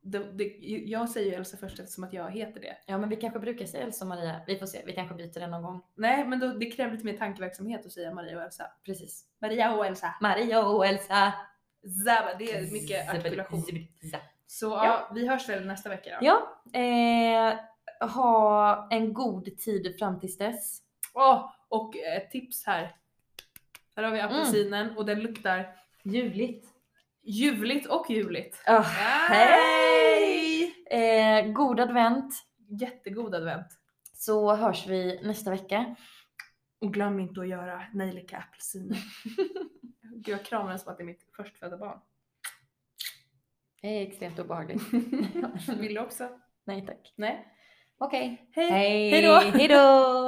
[SPEAKER 1] det, det, jag säger ju Elsa först eftersom att jag heter det.
[SPEAKER 2] Ja, men vi kanske brukar säga Elsa och Maria. Vi får se, vi kanske byter det någon gång.
[SPEAKER 1] Nej, men då, det kräver lite mer tankeverksamhet att säga Maria och Elsa.
[SPEAKER 2] Precis.
[SPEAKER 1] Maria och Elsa.
[SPEAKER 2] Maria och Elsa.
[SPEAKER 1] Zaba, det är mycket
[SPEAKER 2] Zibbel-
[SPEAKER 1] artikulation.
[SPEAKER 2] zibbel- zapp.
[SPEAKER 1] Så ja, vi hörs väl nästa vecka
[SPEAKER 2] [laughs]
[SPEAKER 1] då.
[SPEAKER 2] Ja, eh, ha en god tid fram tills dess.
[SPEAKER 1] Åh, och ett tips här. Här har vi apelsinen och den luktar
[SPEAKER 2] Ljuvligt.
[SPEAKER 1] ljuvligt och ljuvligt.
[SPEAKER 2] Ah, hej! Eh, god advent
[SPEAKER 1] Jättegod advent.
[SPEAKER 2] så hörs vi nästa vecka.
[SPEAKER 1] Och glöm inte att göra nejlika apelsiner. [laughs] Gud, jag kramar den som att det är mitt förstfödda barn.
[SPEAKER 2] Det är extremt obehagligt.
[SPEAKER 1] Vill du också?
[SPEAKER 2] [laughs] Nej tack.
[SPEAKER 1] Nej?
[SPEAKER 2] Okej.
[SPEAKER 1] Hej!
[SPEAKER 2] Hej.
[SPEAKER 1] Hejdå.
[SPEAKER 2] Hejdå! [laughs]